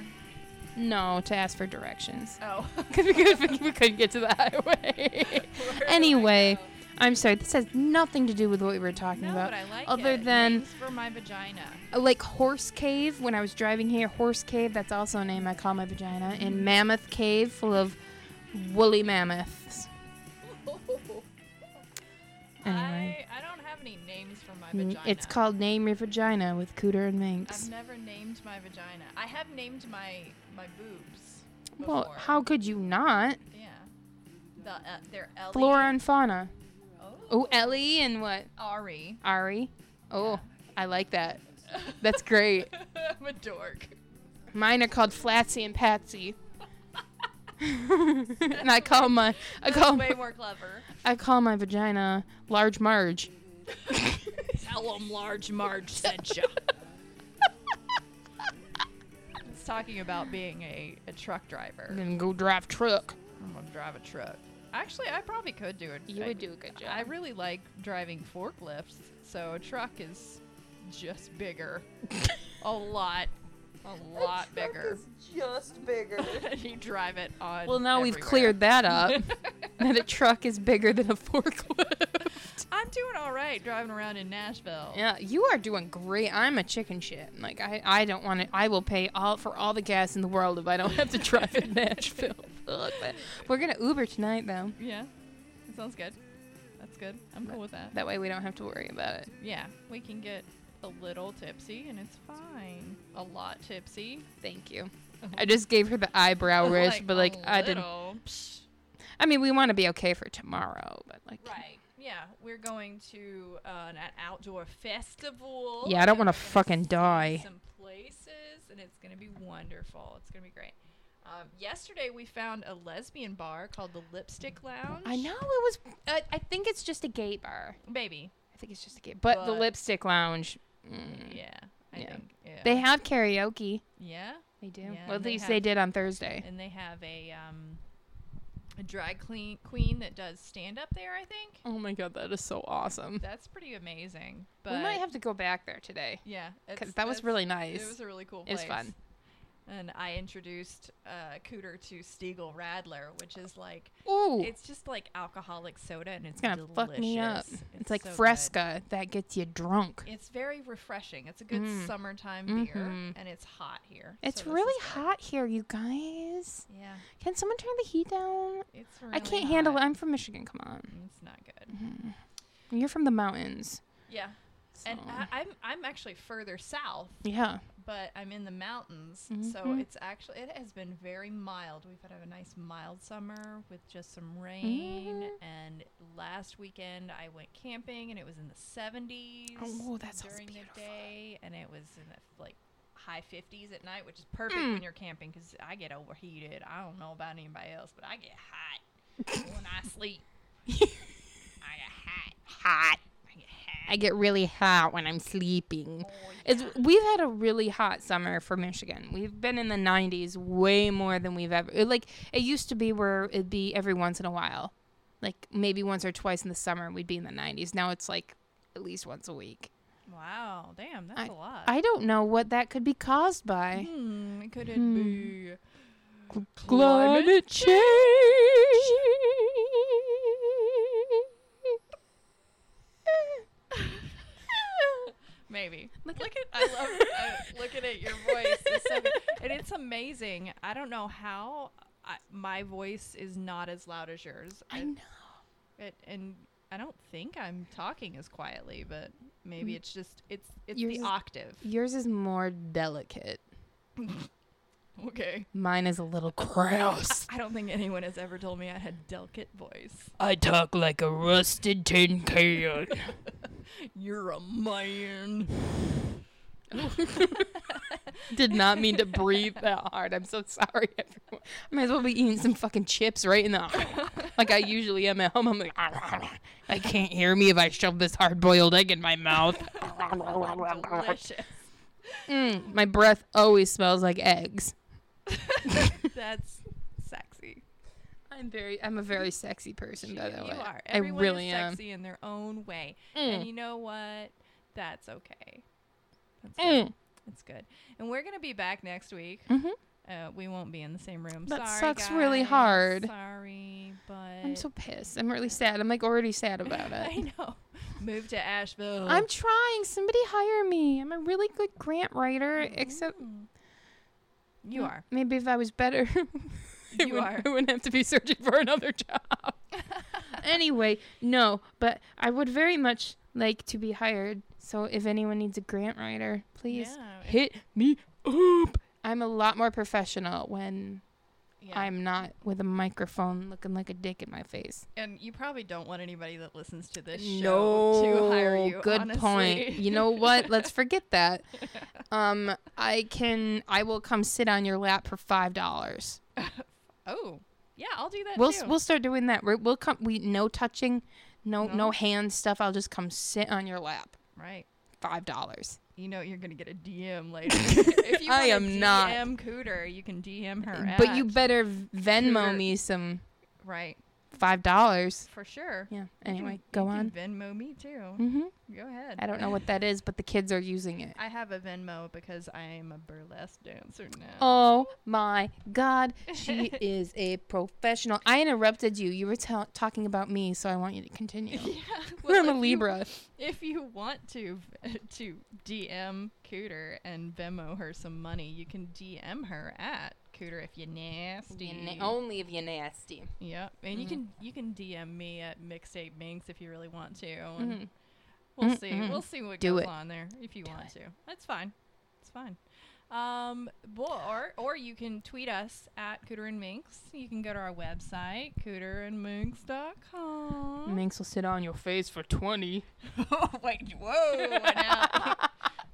Speaker 7: no to ask for directions
Speaker 5: Oh.
Speaker 7: because we, could, we couldn't get to the highway.
Speaker 5: Where do I
Speaker 7: anyway,
Speaker 5: go?
Speaker 7: I'm sorry. This has nothing to do with what we were talking
Speaker 5: No,
Speaker 7: about.
Speaker 5: but I like
Speaker 7: other
Speaker 5: it.
Speaker 7: than
Speaker 5: Names for my vagina.
Speaker 7: uh, like Horse Cave when I was driving here. Horse Cave, that's also a name I call my vagina.
Speaker 5: Mm-hmm.
Speaker 7: And Mammoth Cave, full of woolly mammoths. Anyway.
Speaker 5: I, I don't have any names for my
Speaker 7: Mm,
Speaker 5: vagina.
Speaker 7: It's called Name Your Vagina with Cooter and
Speaker 5: I've
Speaker 7: Minx.
Speaker 5: never named my vagina. I have named my my boobs. Before.
Speaker 7: Well, how could you not?
Speaker 5: Yeah. The uh, they're Ellie.
Speaker 7: Flora and fauna.
Speaker 5: Oh.
Speaker 7: Oh, Ellie and what?
Speaker 5: Ari.
Speaker 7: Ari. Oh, I like that. That's great.
Speaker 5: I'm a dork.
Speaker 7: Mine are called Flatsy and Patsy. and I call Oh my I call
Speaker 5: Way more clever.
Speaker 7: I call my vagina Large Marge.
Speaker 5: Tell 'em large Marge sent you. it's talking about being a, a truck driver.
Speaker 7: and go drive truck.
Speaker 5: I'm gonna drive a truck. Actually, I probably could do it.
Speaker 7: You
Speaker 5: I-
Speaker 7: would do a good job.
Speaker 5: I really like driving forklifts, so a truck is just bigger. a lot. A lot bigger.
Speaker 8: just bigger.
Speaker 5: and you drive it on.
Speaker 7: well, now we've
Speaker 5: everywhere.
Speaker 7: cleared that up. that a truck is bigger than a forklift.
Speaker 5: I'm doing all right driving around in Nashville.
Speaker 7: Yeah, you are doing great. I'm a chicken shit. Like I, I don't want to. I will pay all for all the gas in the world if I don't have to drive in Nashville. Fuck that. We're gonna Uber tonight though.
Speaker 5: Yeah. That sounds good. That's good. I'm cool with that.
Speaker 7: That way we don't have to worry about it.
Speaker 5: Yeah. We can get a little tipsy and it's fine. A lot tipsy.
Speaker 7: Thank you. I just gave her the eyebrow raise, but like
Speaker 5: I
Speaker 7: I didn't. I mean, we want to be okay for tomorrow, but like.
Speaker 5: Right. Yeah. We're going to uh, an an outdoor festival.
Speaker 7: Yeah, I don't
Speaker 5: and
Speaker 7: wanna
Speaker 5: we're gonna
Speaker 7: fucking
Speaker 5: see
Speaker 7: die.
Speaker 5: Some places, and it's gonna be wonderful. It's gonna be great. Um, yesterday we found a lesbian bar called the Lipstick Lounge.
Speaker 7: I know it was. uh, I, I think it's just a gay bar.
Speaker 5: Baby.
Speaker 7: I think it's just a gay. But, the
Speaker 5: But-
Speaker 7: lipstick lounge. mm,
Speaker 5: Yeah. I
Speaker 7: Yeah.
Speaker 5: think. Yeah.
Speaker 7: They have karaoke.
Speaker 5: yeah.
Speaker 7: They do.
Speaker 5: Yeah,
Speaker 7: well, at
Speaker 5: and they
Speaker 7: least they
Speaker 5: have-
Speaker 7: did on Thursday.
Speaker 5: And they have a um, a drag queen queen that does stand up there. I think
Speaker 7: Oh my god, that is so awesome.
Speaker 5: that's pretty amazing. But
Speaker 7: we might have to go back there today.
Speaker 5: yeah, it's-
Speaker 7: 'cause that was
Speaker 5: that's-
Speaker 7: really
Speaker 5: It
Speaker 7: nice.
Speaker 5: was a really cool.
Speaker 7: It
Speaker 5: Place.
Speaker 7: was fun.
Speaker 5: and I introduced uh, Cooter to Stiegel Radler, which is like
Speaker 7: Ooh, it's
Speaker 5: it's just like alcoholic soda, and it's,
Speaker 7: gonna
Speaker 5: delicious.
Speaker 7: fuck me up. It's, like
Speaker 5: so good.
Speaker 7: Fresca that gets you drunk.
Speaker 5: It's very refreshing. It's a good
Speaker 7: Mm.
Speaker 5: summertime
Speaker 7: summertime beer,
Speaker 5: beer,
Speaker 7: Mhm.
Speaker 5: and it's hot here.
Speaker 7: It's really hot here, you guys.
Speaker 5: Yeah,
Speaker 7: Can someone turn the heat down?
Speaker 5: it's really.
Speaker 7: I can't handle it. Mm-hmm. I'm from Michigan. Come on,
Speaker 5: It's not good.
Speaker 7: you're from the mountains.
Speaker 5: Yeah, and
Speaker 7: so-
Speaker 5: I, I'm I'm actually further south,
Speaker 7: yeah,
Speaker 5: but I'm in the mountains, so
Speaker 7: Mhm.
Speaker 5: it's actually it has been very mild. We've had a nice mild summer with just some rain,
Speaker 7: Mhm.
Speaker 5: and last weekend I went camping and it was in the 70s
Speaker 7: Oh, that sounds
Speaker 5: during
Speaker 7: beautiful.
Speaker 5: the day, and it was in the like high 50s at night, which is perfect
Speaker 7: Hmm.
Speaker 5: when you're camping because I get overheated. I don't know about anybody else, but I get hot when I sleep. I get hot.
Speaker 9: Hot.
Speaker 5: I get hot.
Speaker 7: I get really hot when I'm sleeping. It's, we've had a really hot summer for Michigan. We've been in the 90s way more than we've ever. It, like it used to be where it'd be every once in a while, like maybe once or twice in the summer we'd be in the 90s. Now it's like at least once a week.
Speaker 5: Wow, damn, that's a lot.
Speaker 7: I don't know what that could be caused by.
Speaker 5: Hmm, could it
Speaker 7: Hmm.
Speaker 5: be
Speaker 7: Climate change.
Speaker 5: Maybe. Look, at I love uh, looking at your voice, It's so good. and it's amazing. I don't know how I, my voice is not as loud as yours.
Speaker 7: I know.
Speaker 5: it, and I don't think I'm talking as quietly, but maybe it's just it's it's
Speaker 7: Mm. Yours
Speaker 5: the
Speaker 7: is-
Speaker 5: octave.
Speaker 7: Yours is more delicate.
Speaker 5: Okay.
Speaker 7: Mine is a little crass.
Speaker 5: I don't think anyone has ever told me I had delicate voice.
Speaker 7: I talk like a rusted tin can.
Speaker 5: You're a man.
Speaker 7: Did not mean to breathe that hard. I'm so sorry, everyone. I might as well be eating some fucking chips right in the like I usually am at home. I'm like, I can't hear me if I shove this hard boiled egg in my mouth.
Speaker 5: Delicious.
Speaker 7: Mm, my breath always smells like eggs.
Speaker 5: That's sexy.
Speaker 7: I'm very, I'm a very sexy person, by
Speaker 5: you,
Speaker 7: the way.
Speaker 5: you are.
Speaker 7: I
Speaker 5: Everyone
Speaker 7: really
Speaker 5: is
Speaker 7: am.
Speaker 5: sexy in their own way.
Speaker 7: Mm.
Speaker 5: And you know what? That's okay. That's good.
Speaker 7: Mm.
Speaker 5: That's good. And we're gonna be back next week.
Speaker 7: Mhm.
Speaker 5: Uh, we won't be in the same room.
Speaker 7: That
Speaker 5: Sorry,
Speaker 7: sucks really
Speaker 5: guys.
Speaker 7: hard.
Speaker 5: Sorry, but
Speaker 7: I'm so pissed. I'm really sad. I'm like already sad about it.
Speaker 5: I know. Move to Asheville.
Speaker 7: I'm trying. Somebody hire me. I'm a really good grant writer, except
Speaker 5: Mm. You are.
Speaker 7: maybe if I was better, I,
Speaker 5: You
Speaker 7: wouldn't,
Speaker 5: are.
Speaker 7: I wouldn't have to be searching for another job. anyway, no, but I would very much like to be hired. So if anyone needs a grant writer, please
Speaker 5: Yeah, if-
Speaker 7: hit me up. I'm a lot more professional when
Speaker 5: Yeah.
Speaker 7: I'm not with a microphone looking like a dick in my face.
Speaker 5: and you probably don't want anybody that listens to this show to hire you.
Speaker 7: Good
Speaker 5: honestly.
Speaker 7: point. You know what? Let's forget that. Um, I can. I will come sit on your lap for five dollars.
Speaker 5: oh, yeah, I'll do that
Speaker 7: We'll
Speaker 5: too.
Speaker 7: we'll start doing that. We're, we'll come. We no touching, no no,
Speaker 5: No.
Speaker 7: hand stuff. I'll just come sit on your lap.
Speaker 5: right.
Speaker 7: Five dollars.
Speaker 5: You know you're gonna get a DM later. if you
Speaker 7: I
Speaker 5: wanna
Speaker 7: am not.
Speaker 5: DM Cooter, you can DM her.
Speaker 7: But you
Speaker 5: at-
Speaker 7: better Venmo
Speaker 5: Cougar.
Speaker 7: me some
Speaker 5: right
Speaker 7: five dollars.
Speaker 5: for sure.
Speaker 7: Yeah.
Speaker 5: You can-
Speaker 7: Anyway,
Speaker 5: you
Speaker 7: go
Speaker 5: can
Speaker 7: on.
Speaker 5: Venmo me too.
Speaker 7: Mm-hmm.
Speaker 5: Go ahead.
Speaker 7: I don't know what that is, but the kids are using it.
Speaker 5: I have a Venmo because I am a burlesque dancer now.
Speaker 7: Oh my God, she is a professional. I interrupted you. You were tell talking about me, so I want you to continue.
Speaker 5: yeah. well,
Speaker 7: I'm
Speaker 5: if
Speaker 7: a
Speaker 5: you-
Speaker 7: Libra.
Speaker 5: if you want to to DM Cooter and Venmo her some money, you can DM her at Cooter if you nasty.
Speaker 7: only if you're nasty. Mm-hmm.
Speaker 5: Yep, and you can you can DM me at mixtape minx if you really want to. And
Speaker 7: Mhm.
Speaker 5: We'll
Speaker 7: Mm,
Speaker 5: see.
Speaker 7: mm.
Speaker 5: We'll see what
Speaker 7: Do
Speaker 5: goes
Speaker 7: it.
Speaker 5: on there if you want to. That's fine. It's fine. Um, bo- or or you can tweet us at Cooter and Minx. You can go to our website cooterandminx.com.
Speaker 7: Minx will sit on your face for 20.
Speaker 5: oh wait, whoa! now-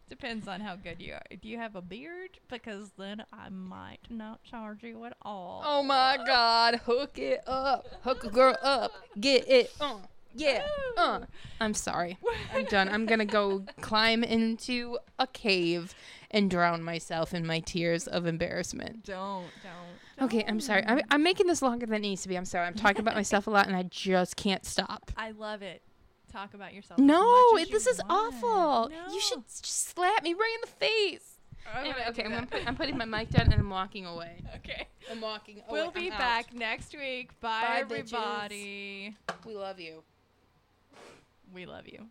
Speaker 5: Depends on how good you are. Do you have a beard? Because then I might not charge you at all.
Speaker 7: Oh my God, hook it up. Hook a girl up. Get it. Uh, yeah. Uh. I'm sorry. I'm done. I'm going to go climb into a cave and drown myself in my tears of embarrassment.
Speaker 5: Don't, don't.
Speaker 7: Okay, I'm sorry. I'm, I'm making this longer than it needs to be. I'm sorry. I'm talking about myself a lot, and I just can't stop.
Speaker 5: I love it. Talk about yourself. as
Speaker 7: No,
Speaker 5: much as
Speaker 7: it, this
Speaker 5: you
Speaker 7: is
Speaker 5: want.
Speaker 7: awful.
Speaker 5: No.
Speaker 7: You should s- just slap me right in the face.
Speaker 5: I'm
Speaker 7: Anyway,
Speaker 5: gonna
Speaker 7: okay,
Speaker 5: do
Speaker 7: I'm,
Speaker 5: that.
Speaker 7: gonna put, I'm putting my mic down and I'm walking away.
Speaker 5: Okay.
Speaker 7: I'm walking. away.
Speaker 5: We'll be
Speaker 7: Oh, I'm out.
Speaker 5: back next week. Bye,
Speaker 7: Bye, bitches.
Speaker 5: everybody.
Speaker 7: We love you.
Speaker 5: We love you.